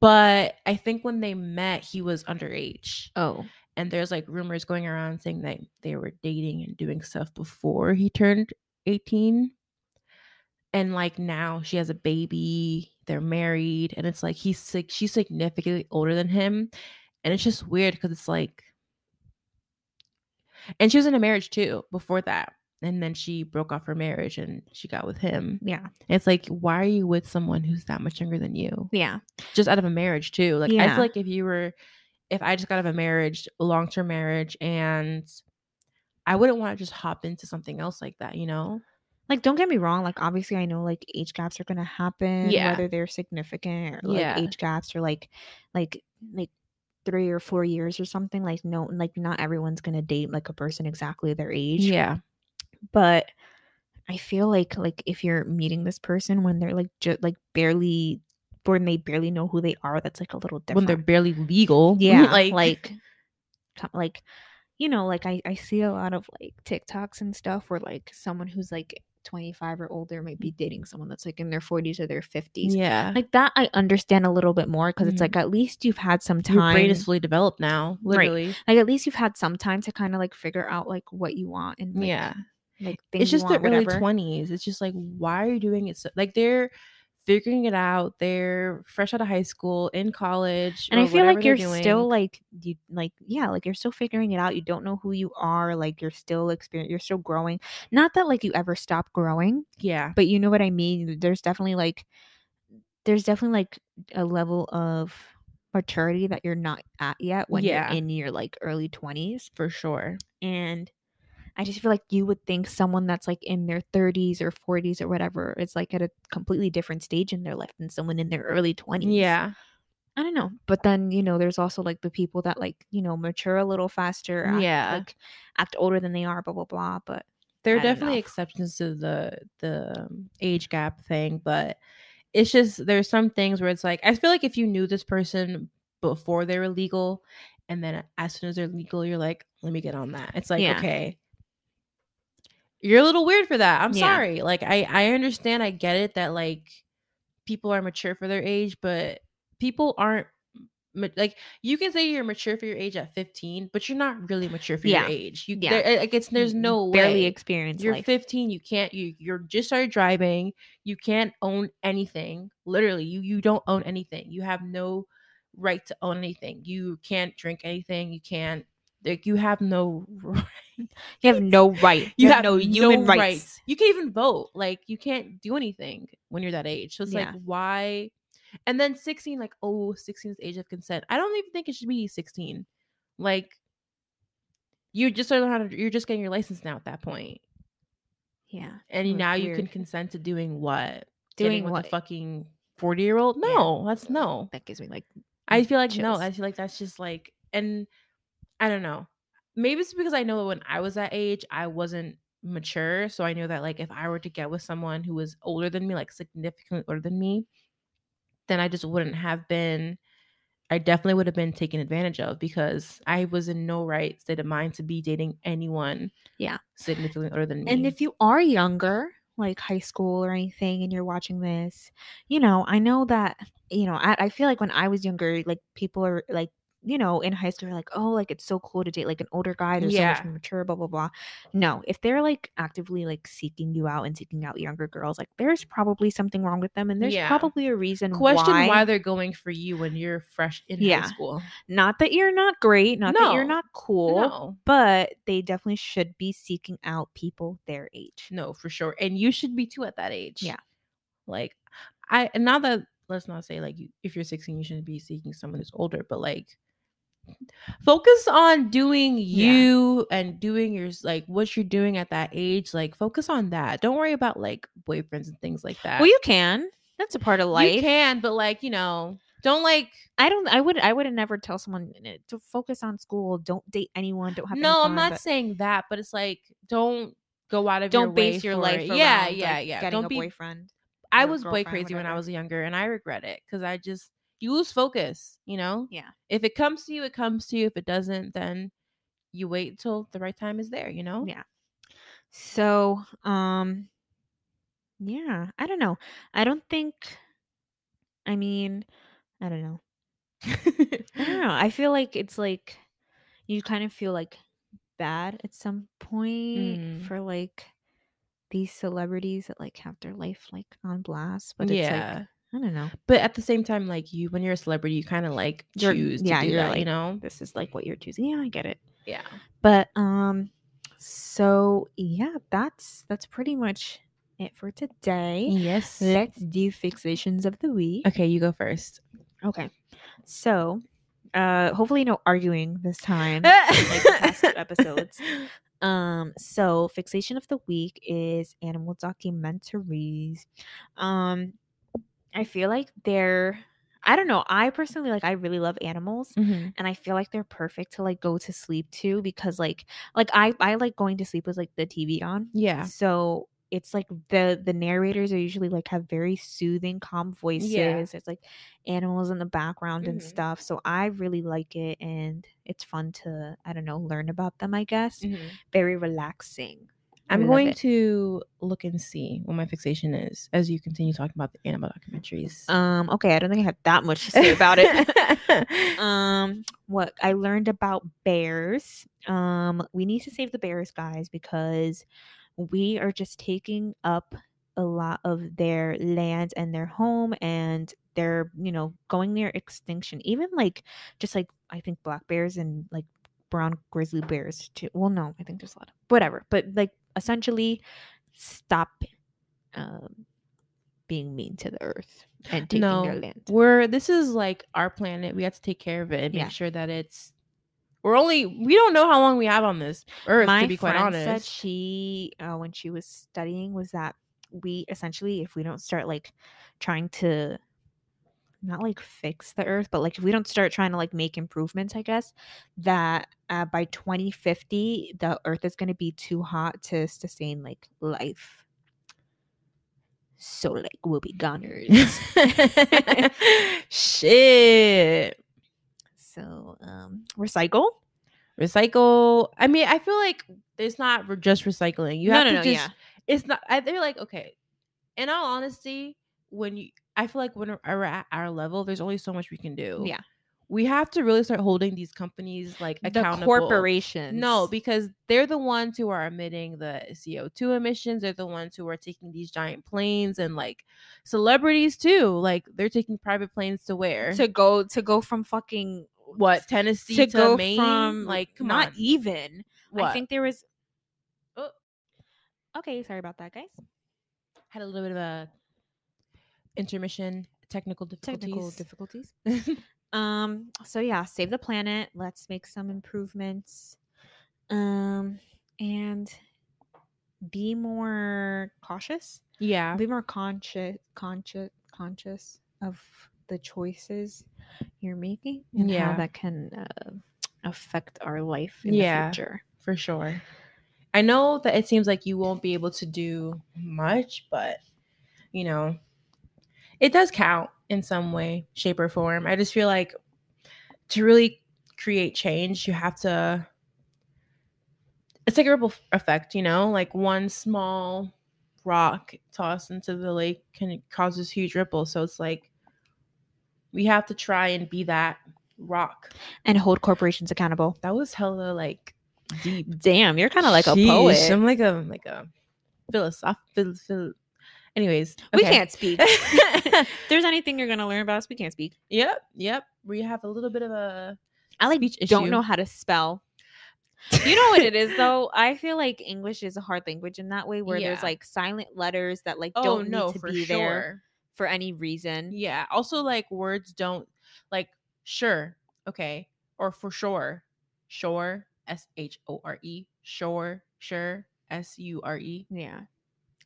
B: But I think when they met, he was underage.
A: Oh.
B: And there's like rumors going around saying that they were dating and doing stuff before he turned 18. And like now she has a baby, they're married, and it's like he's sig- she's significantly older than him. And it's just weird because it's like and she was in a marriage too before that. And then she broke off her marriage and she got with him.
A: Yeah.
B: And it's like, why are you with someone who's that much younger than you?
A: Yeah.
B: just out of a marriage too. Like I
A: Yeah.
B: feel like if you were, if I just got out of a marriage, long term marriage, and I wouldn't want to just hop into something else like that, you know?
A: Like don't get me wrong, like obviously I know like age gaps are gonna happen,
B: Yeah.
A: whether they're significant or like
B: Yeah.
A: age gaps or like like like three or four years or something. Like no like not everyone's gonna date like a person exactly their age.
B: Yeah,
A: But I feel like like if you're meeting this person when they're like just like barely when they barely know who they are, that's like a little different.
B: when they're barely legal.
A: yeah like
B: like,
A: like co- like you know like I, I see a lot of like tiktoks and stuff where like someone who's like 25 or older might be dating someone that's like in their 40s or their 50s
B: Mm. yeah,
A: like that i understand a little bit more because it's
B: Mhm.
A: like at least you've had some
B: your
A: time
B: brain is fully developed now,
A: Right.
B: literally.
A: like at least you've had some time to kind of like figure out like what you want and like,
B: yeah,
A: like things
B: it's just
A: you
B: the
A: want,
B: early
A: whatever.
B: twenties. It's just like, why are you doing it? So like they're figuring it out. They're fresh out of high school, in college,
A: and
B: or
A: I feel
B: whatever
A: like
B: they're
A: you're
B: doing.
A: still like you like yeah like you're still figuring it out. You don't know who you are. Like you're still experience. You're still growing. Not that like you ever stop growing,
B: yeah,
A: but you know what I mean. There's definitely like there's definitely like a level of maturity that you're not at yet when
B: Yeah.
A: you're in your like early twenties.
B: for sure.
A: And I just feel like you would think someone that's like in their 30s or 40s or whatever is like at a completely different stage in their life than someone in their early 20s.
B: Yeah,
A: I don't know. But then, you know, there's also like the people that like, you know, mature a little faster, act,
B: Yeah.
A: like act older than they are, blah blah blah. But
B: there are
A: I don't
B: definitely
A: know.
B: exceptions to the the um, age gap thing but it's just there's some things where it's like i feel like if you knew this person before they were legal and then as soon as they're legal you're like let me get on that it's like
A: Yeah.
B: okay you're a little weird for that i'm
A: Yeah.
B: sorry like i i understand i get it that like people are mature for their age but people aren't ma- like you can say you're mature for your age at 15 but you're not really mature for
A: Yeah.
B: your age you
A: Yeah.
B: there- like it's there's
A: n-
B: no
A: barely
B: way
A: experience
B: you're
A: life.
B: 15 you can't you you're just started driving you can't own anything literally you you don't own anything you have no right to own anything. You can't drink anything. You can't like you have no right.
A: You have no right.
B: You, have, no human rights. You can't even vote. Like you can't do anything when you're that age. So it's
A: Yeah.
B: like why? And then 16, like oh, 16 is the age of consent. I don't even think it should be 16. Like you just learn how to. You're just getting your license now at that point,
A: Yeah.
B: and
A: Mm,
B: now you can
A: weird.
B: consent to doing what? Getting
A: Doing
B: with
A: what
B: the fucking 40 year old?
A: Yeah.
B: No, that's no.
A: that gives me like
B: I feel like no,
A: chills.
B: I feel like that's just like and I don't know. Maybe it's because I know that when I was that age, I wasn't mature, so I knew that like if I were to get with someone who was older than me, like significantly older than me, then I just wouldn't have been I definitely would have been taken advantage of because I was in no right state of mind to be dating anyone
A: Yeah.
B: significantly older than me.
A: And if you are younger, like high school or anything, and you're watching this, you know, I know that, you know, I, I feel like when I was younger, like people are like, you know, in high school, are like, oh, like it's so cool to date like an older guy. They're so
B: Yeah.
A: much more mature, blah, blah, blah. No, if they're like actively like seeking you out and seeking out younger girls, like there's probably something wrong with them. And there's
B: Yeah.
A: probably a reason
B: question why?
A: why.
B: they're going for you when you're fresh in
A: Yeah.
B: high school.
A: Not that you're not great, not that you're
B: No.
A: not cool,
B: No.
A: but they definitely should be seeking out people their age.
B: No, for sure. And you should be too at that age.
A: Yeah.
B: Like I and not that let's not say like you, if you're 16 you shouldn't be seeking someone who's older, but like focus on doing
A: Yeah.
B: you and doing your like what you're doing at that age. Like focus on that. Don't worry about like boyfriends and things like that.
A: Well, you can. That's a part of life.
B: you can, but like, you know, don't like
A: I don't. I would. I would never tell someone n- to focus on school. Don't date anyone. Don't have. any
B: No, I'm
A: fun,
B: not
A: but
B: saying that, but it's like don't go out of your
A: Don't
B: way
A: base your
B: for
A: life.
B: it.
A: Around,
B: yeah,
A: like,
B: yeah, yeah.
A: Getting
B: Don't
A: a
B: be
A: boyfriend.
B: I
A: or
B: was boy
A: girlfriend,
B: crazy when I
A: whatever.
B: was younger, and I regret it because I just you lose focus. You know,
A: Yeah.
B: If it comes to you, it comes to you. If it doesn't, then you wait till the right time is there. You know.
A: Yeah. So, um, yeah. I don't know. I don't think. I mean, I don't know. I don't know. I feel like it's like you kind of feel like bad at some point
B: Mm.
A: for like these celebrities that like have their life like on blast, but it's
B: yeah,
A: like I don't know.
B: but at the same time, like you, when you're a celebrity, you kind of like
A: You're-
B: choose
A: yeah,
B: to do
A: you're
B: that.
A: like-
B: you know.
A: This is like what you're choosing. Yeah, I get it.
B: Yeah.
A: but um so yeah that's that's pretty much it for today
B: Yes.
A: let's do fixations of the week
B: okay, you go first.
A: okay so uh hopefully no arguing this time the past two episodes. um so fixation of the week is animal documentaries um i feel like they're i don't know i personally like i really love animals
B: Mhm.
A: and I feel like they're perfect to like go to sleep to because like like I I like going to sleep with like the TV on.
B: Yeah.
A: So it's like the the narrators are usually like have very soothing, calm voices. There's like animals in the background and
B: Mhm.
A: stuff. So I really like it and it's fun to I don't know learn about them. I guess
B: Mhm.
A: very relaxing. I
B: I'm
A: love
B: going
A: it.
B: to look and see what my fixation is as you continue talking about the animal documentaries.
A: Um. Okay. I don't think I have that much to say about it. um what i learned about bears um we need to save the bears guys because we are just taking up a lot of their land and their home and they're you know going near extinction even like just like i think black bears and like brown grizzly bears too well no i think there's a lot of whatever but like essentially stop um being mean to the earth and taking their
B: No.
A: land
B: we're this is like our planet. We have to take care of it and
A: Yeah.
B: make sure that it's. We're only we don't know how long we have on this earth.
A: my
B: to be quite
A: friend said
B: honest,
A: she uh, when she was studying was that we essentially if we don't start like trying to not like fix the earth but like if we don't start trying to like make improvements i guess that uh, by 2050 the earth is going to be too hot to sustain like life so like we'll be goners
B: shit.
A: so um recycle
B: Recycle. I mean, I feel like it's not re- just recycling. You
A: No,
B: have
A: no,
B: to
A: no,
B: just.
A: yeah.
B: It's not. I, they're like okay. In all honesty, when you, I feel like when we're at our level, there's only so much we can do.
A: yeah
B: we have to really start holding these companies like
A: the
B: accountable.
A: corporations.
B: No, because they're the ones who are emitting the CO2 emissions. They're the ones who are taking these giant planes and like celebrities too. Like they're taking private planes to where?
A: to go to go from fucking
B: what? Tennessee
A: to
B: to,
A: go
B: Maine?
A: from
B: like come
A: not
B: on.
A: even.
B: What?
A: I think there was. Oh. Okay, sorry about that, guys.
B: had a little bit of a intermission technical difficulties.
A: Technical difficulties. Um. So yeah, save the planet. Let's make some improvements. Um, and be more cautious.
B: yeah.
A: Be more conscious, conscious, conscious of the choices you're making and
B: Yeah.
A: how that can uh, affect our life in
B: Yeah.
A: the future.
B: for sure. I know that it seems like you won't be able to do much, but you know, it does count in some way, shape, or form. I just feel like to really create change, you have to. It's like a ripple effect, you know, like one small rock tossed into the lake can causes huge ripples. So it's like we have to try and be that rock.
A: And hold corporations accountable.
B: That was hella like deep
A: Damn, you're kind of like a
B: Sheesh,
A: poet.
B: I'm like a like a philosoph. Phil, phil. Anyways,
A: We
B: okay.
A: can't speak. There's anything you're gonna learn about us, we can't speak.
B: yep, yep. We have a little bit of a.
A: I like
B: Speech
A: don't
B: issue.
A: know how to spell. You know what it is though? I feel like English is a hard language in that way where
B: Yeah.
A: there's like silent letters that like
B: Oh
A: don't
B: no,
A: need to
B: for
A: be
B: sure.
A: there for any reason.
B: Yeah. Also, like words don't like sure, okay, or for sure, sure, s h o r e, sure, sure, s u r e.
A: Yeah.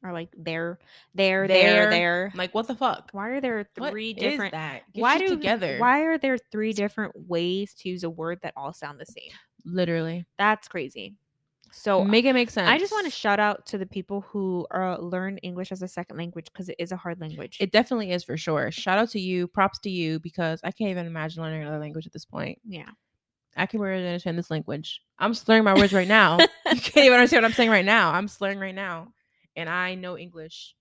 A: Or like there, there,
B: There.
A: there, there.
B: Like what the fuck?
A: Why are there
B: What
A: three
B: is
A: different
B: that? Get
A: why
B: shit
A: do
B: together?
A: why are there three different ways to use a word that all sound the same?
B: Literally.
A: That's crazy. So
B: Oh, make it make sense.
A: I just want to shout out to the people who are, learn English as a second language because it is a hard language.
B: It definitely is for sure. Shout out to you. Props to you because I can't even imagine learning another language at this point.
A: yeah.
B: I can barely understand this language. I'm slurring my words right now. you can't even understand what I'm saying right now. I'm slurring right now. And I know English.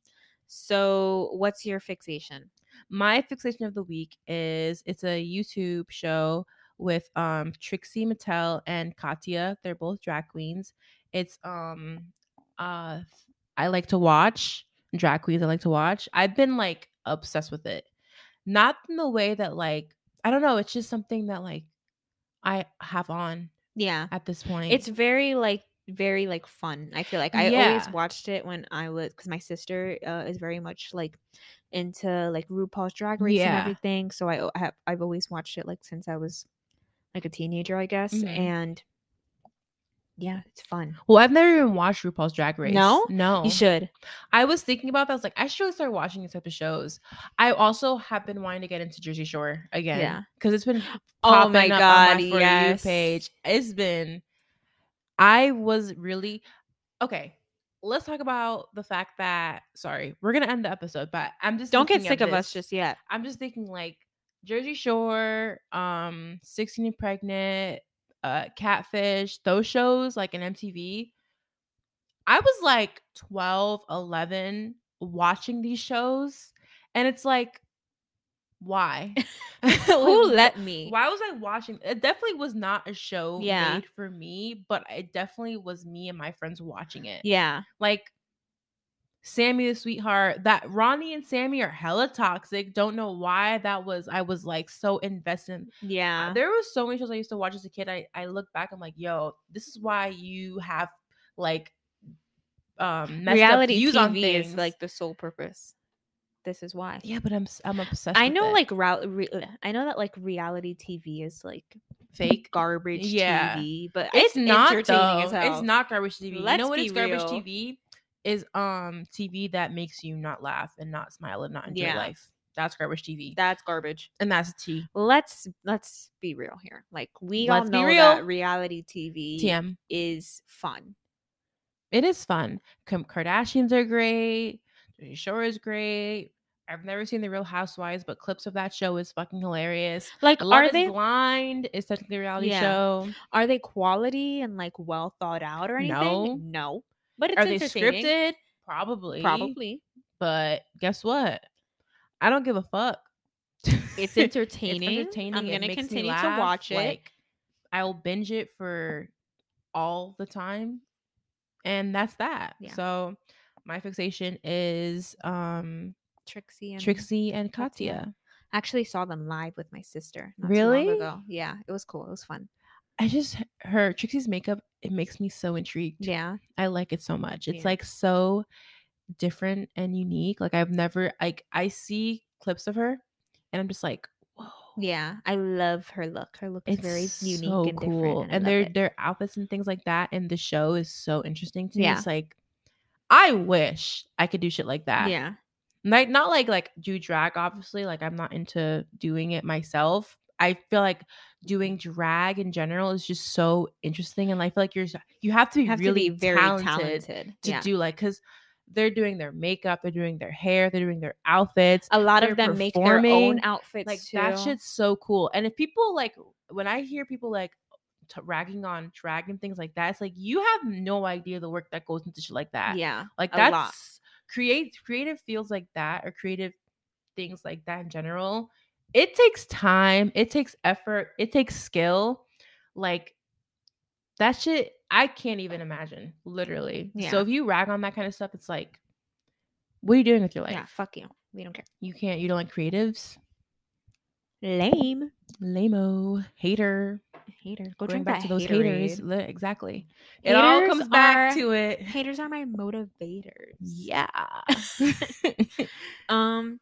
A: So, what's your fixation?
B: My fixation of the week is it's a YouTube show with um Trixie Mattel and Katya. They're both drag queens. It's um uh I like to watch drag queens I like to watch. I've been like obsessed with it. Not in the way that like I don't know, it's just something that like I have on
A: Yeah.
B: at this point.
A: It's very like very like fun. I feel like I always
B: Yeah.
A: watched it when I was cuz my sister uh, is very much like into like RuPaul's Drag Race
B: Yeah.
A: and everything. So I, o- I have I've always watched it like since I was like a teenager, I guess,
B: Mhm.
A: and yeah, it's fun.
B: well, I've never even watched RuPaul's Drag Race.
A: No?
B: no,
A: You should.
B: I was thinking about that. I was like, I should really start watching these type of shows. I also have been wanting to get into Jersey Shore again.
A: Yeah.
B: Because it's been
A: Oh
B: popping
A: my
B: up
A: god,
B: on my For
A: yes.
B: You page. It's been I was really okay. Let's talk about the fact that sorry, we're gonna end the episode, but I'm just
A: Don't get
B: thinking
A: sick of us
B: this.
A: just yet.
B: I'm just thinking like Jersey Shore, um, 16 and Pregnant, uh, Catfish, those shows like in MTV. I was like 12, 11 watching these shows, and it's like, why?
A: Who
B: Like,
A: let me?
B: Oh, Why was I watching? It definitely was not a show
A: Yeah.
B: made for me, but it definitely was me and my friends watching it
A: Yeah.
B: like Sammy the sweetheart that Ronnie and Sammy are hella toxic. Don't know why that was. I was like so invested.
A: Yeah.
B: There was so many shows I used to watch as a kid. I I look back. I'm like, yo, this is why you have like um messed up
A: reality
B: views
A: TV
B: on things.
A: is like the sole purpose. This is why.
B: yeah, but I'm s- I'm obsessed.
A: I
B: with
A: know
B: it.
A: like rea- re- I know that like reality TV is like
B: fake.
A: garbage
B: Yeah.
A: TV, but
B: It's, not
A: entertaining as
B: though.
A: hell.
B: It's not garbage TV. you know
A: Let's
B: what
A: be
B: is garbage
A: real.
B: TV is um TV that makes you not laugh and not smile and not enjoy
A: Yeah.
B: life. That's garbage TV.
A: That's garbage.
B: and that's T.
A: Let's let's be real here. Like we
B: Let's
A: all
B: be
A: know
B: real.
A: that reality TV
B: TM.
A: is fun.
B: It is fun. Kim Kardashians are great. Jersey Shore is great. I've never seen The Real Housewives, but clips of that show is fucking hilarious.
A: Like
B: Love
A: are
B: is
A: they
B: Blind is technically a reality
A: Yeah.
B: show.
A: are they quality and like well thought out or anything?
B: No.
A: But it's
B: are they
A: entertaining.
B: scripted? Probably.
A: Probably.
B: But guess what? I don't give a fuck.
A: It's entertaining.
B: entertaining.
A: I'm
B: It
A: gonna
B: makes me
A: continue
B: laugh.
A: to watch it.
B: Like, I'll binge it for all the time. And that's that.
A: Yeah.
B: So my fixation is um
A: Trixie and
B: Trixie and
A: Katya.
B: Katya.
A: I actually saw them live with my sister. Not Too
B: Really?
A: long ago. Yeah, it was cool. It was fun.
B: I just her Trixie's makeup, it makes me so intrigued.
A: Yeah,
B: I like it so much. It's
A: Yeah.
B: like so different and unique. Like I've never like I see clips of her and I'm just like, whoa.
A: yeah. I love her look. Her look is
B: It's
A: very unique
B: so
A: and
B: cool.
A: different.
B: And
A: I
B: their
A: love it.
B: their outfits and things like that and the show is so interesting to
A: Yeah.
B: me. It's like I wish I could do shit like that.
A: yeah,
B: Like not like like do drag obviously, like I'm not into doing it myself. I feel like doing drag in general is just so interesting and I feel like you're you have to be
A: you have
B: really
A: to be very
B: talented,
A: talented.
B: to
A: yeah,
B: do like because they're doing their makeup, they're doing their hair, they're doing their outfits.
A: a lot
B: they're
A: of them make their own
B: performing,
A: outfits.
B: like that
A: too.
B: shit's so cool. And if people like when I hear people like t- ragging on drag and things like that, it's like you have no idea the work that goes into shit like that.
A: Yeah,
B: like
A: a lot.
B: that's create creative fields like that or creative things like that in general. It takes time, it takes effort, it takes skill. Like that shit, I can't even imagine, literally.
A: Yeah.
B: So if you rag on that kind of stuff, it's like, what are you doing with your life?
A: yeah. Fuck you. We don't care.
B: You can't, you don't like creatives.
A: Lame
B: Lameo, hater.
A: hater. Go
B: Going
A: drink
B: back
A: that
B: to those haters.
A: haters.
B: li- Exactly. it all
A: Haters
B: comes back
A: are-
B: to it.
A: Haters are my motivators.
B: Yeah.
A: Um,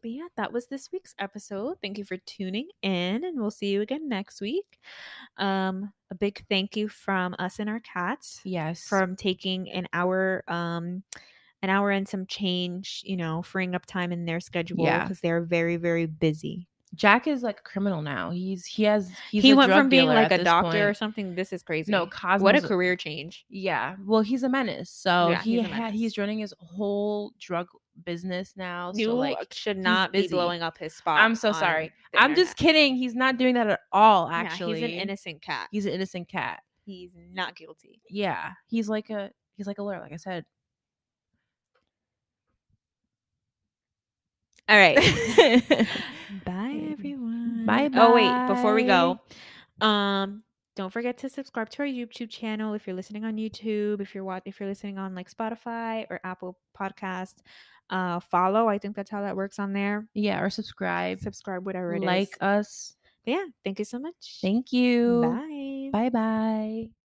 A: but yeah, that was this week's episode. Thank you for tuning in, and we'll see you again next week. Um, a big thank you from us and our cats
B: yes.
A: from taking an hour, um, an hour and some change, you know, freeing up time in their schedule
B: Yeah.
A: because they're very, very busy.
B: Jack is like a criminal now. He's he has he's
A: he
B: a
A: went
B: drug
A: from being
B: dealer
A: like
B: at
A: a
B: this
A: doctor or
B: point.
A: something. This is crazy.
B: No, Cosmo's
A: what a career change.
B: Yeah, well, he's a menace. So
A: Yeah,
B: he
A: he's a
B: ha-
A: menace.
B: he's running his whole drug business now.
A: You
B: so like,
A: should not be
B: busy.
A: blowing up his spot.
B: I'm so
A: on
B: sorry.
A: the
B: I'm just
A: internet.
B: kidding. He's not doing that at all.
A: Yeah,
B: Actually,
A: he's an innocent cat.
B: He's an innocent cat.
A: He's not guilty.
B: Yeah, he's like a he's like a lawyer. Like I said.
A: All right.
B: Bye
A: bye everyone
B: bye.
A: oh wait before we go um don't forget to subscribe to our youtube channel if you're listening on youtube if you're watch- if you're listening on like spotify or apple podcast uh follow i think that's how that works on there
B: Yeah, or subscribe,
A: subscribe whatever it is.
B: like us.
A: But yeah thank you so much
B: Thank you.
A: bye
B: Bye bye.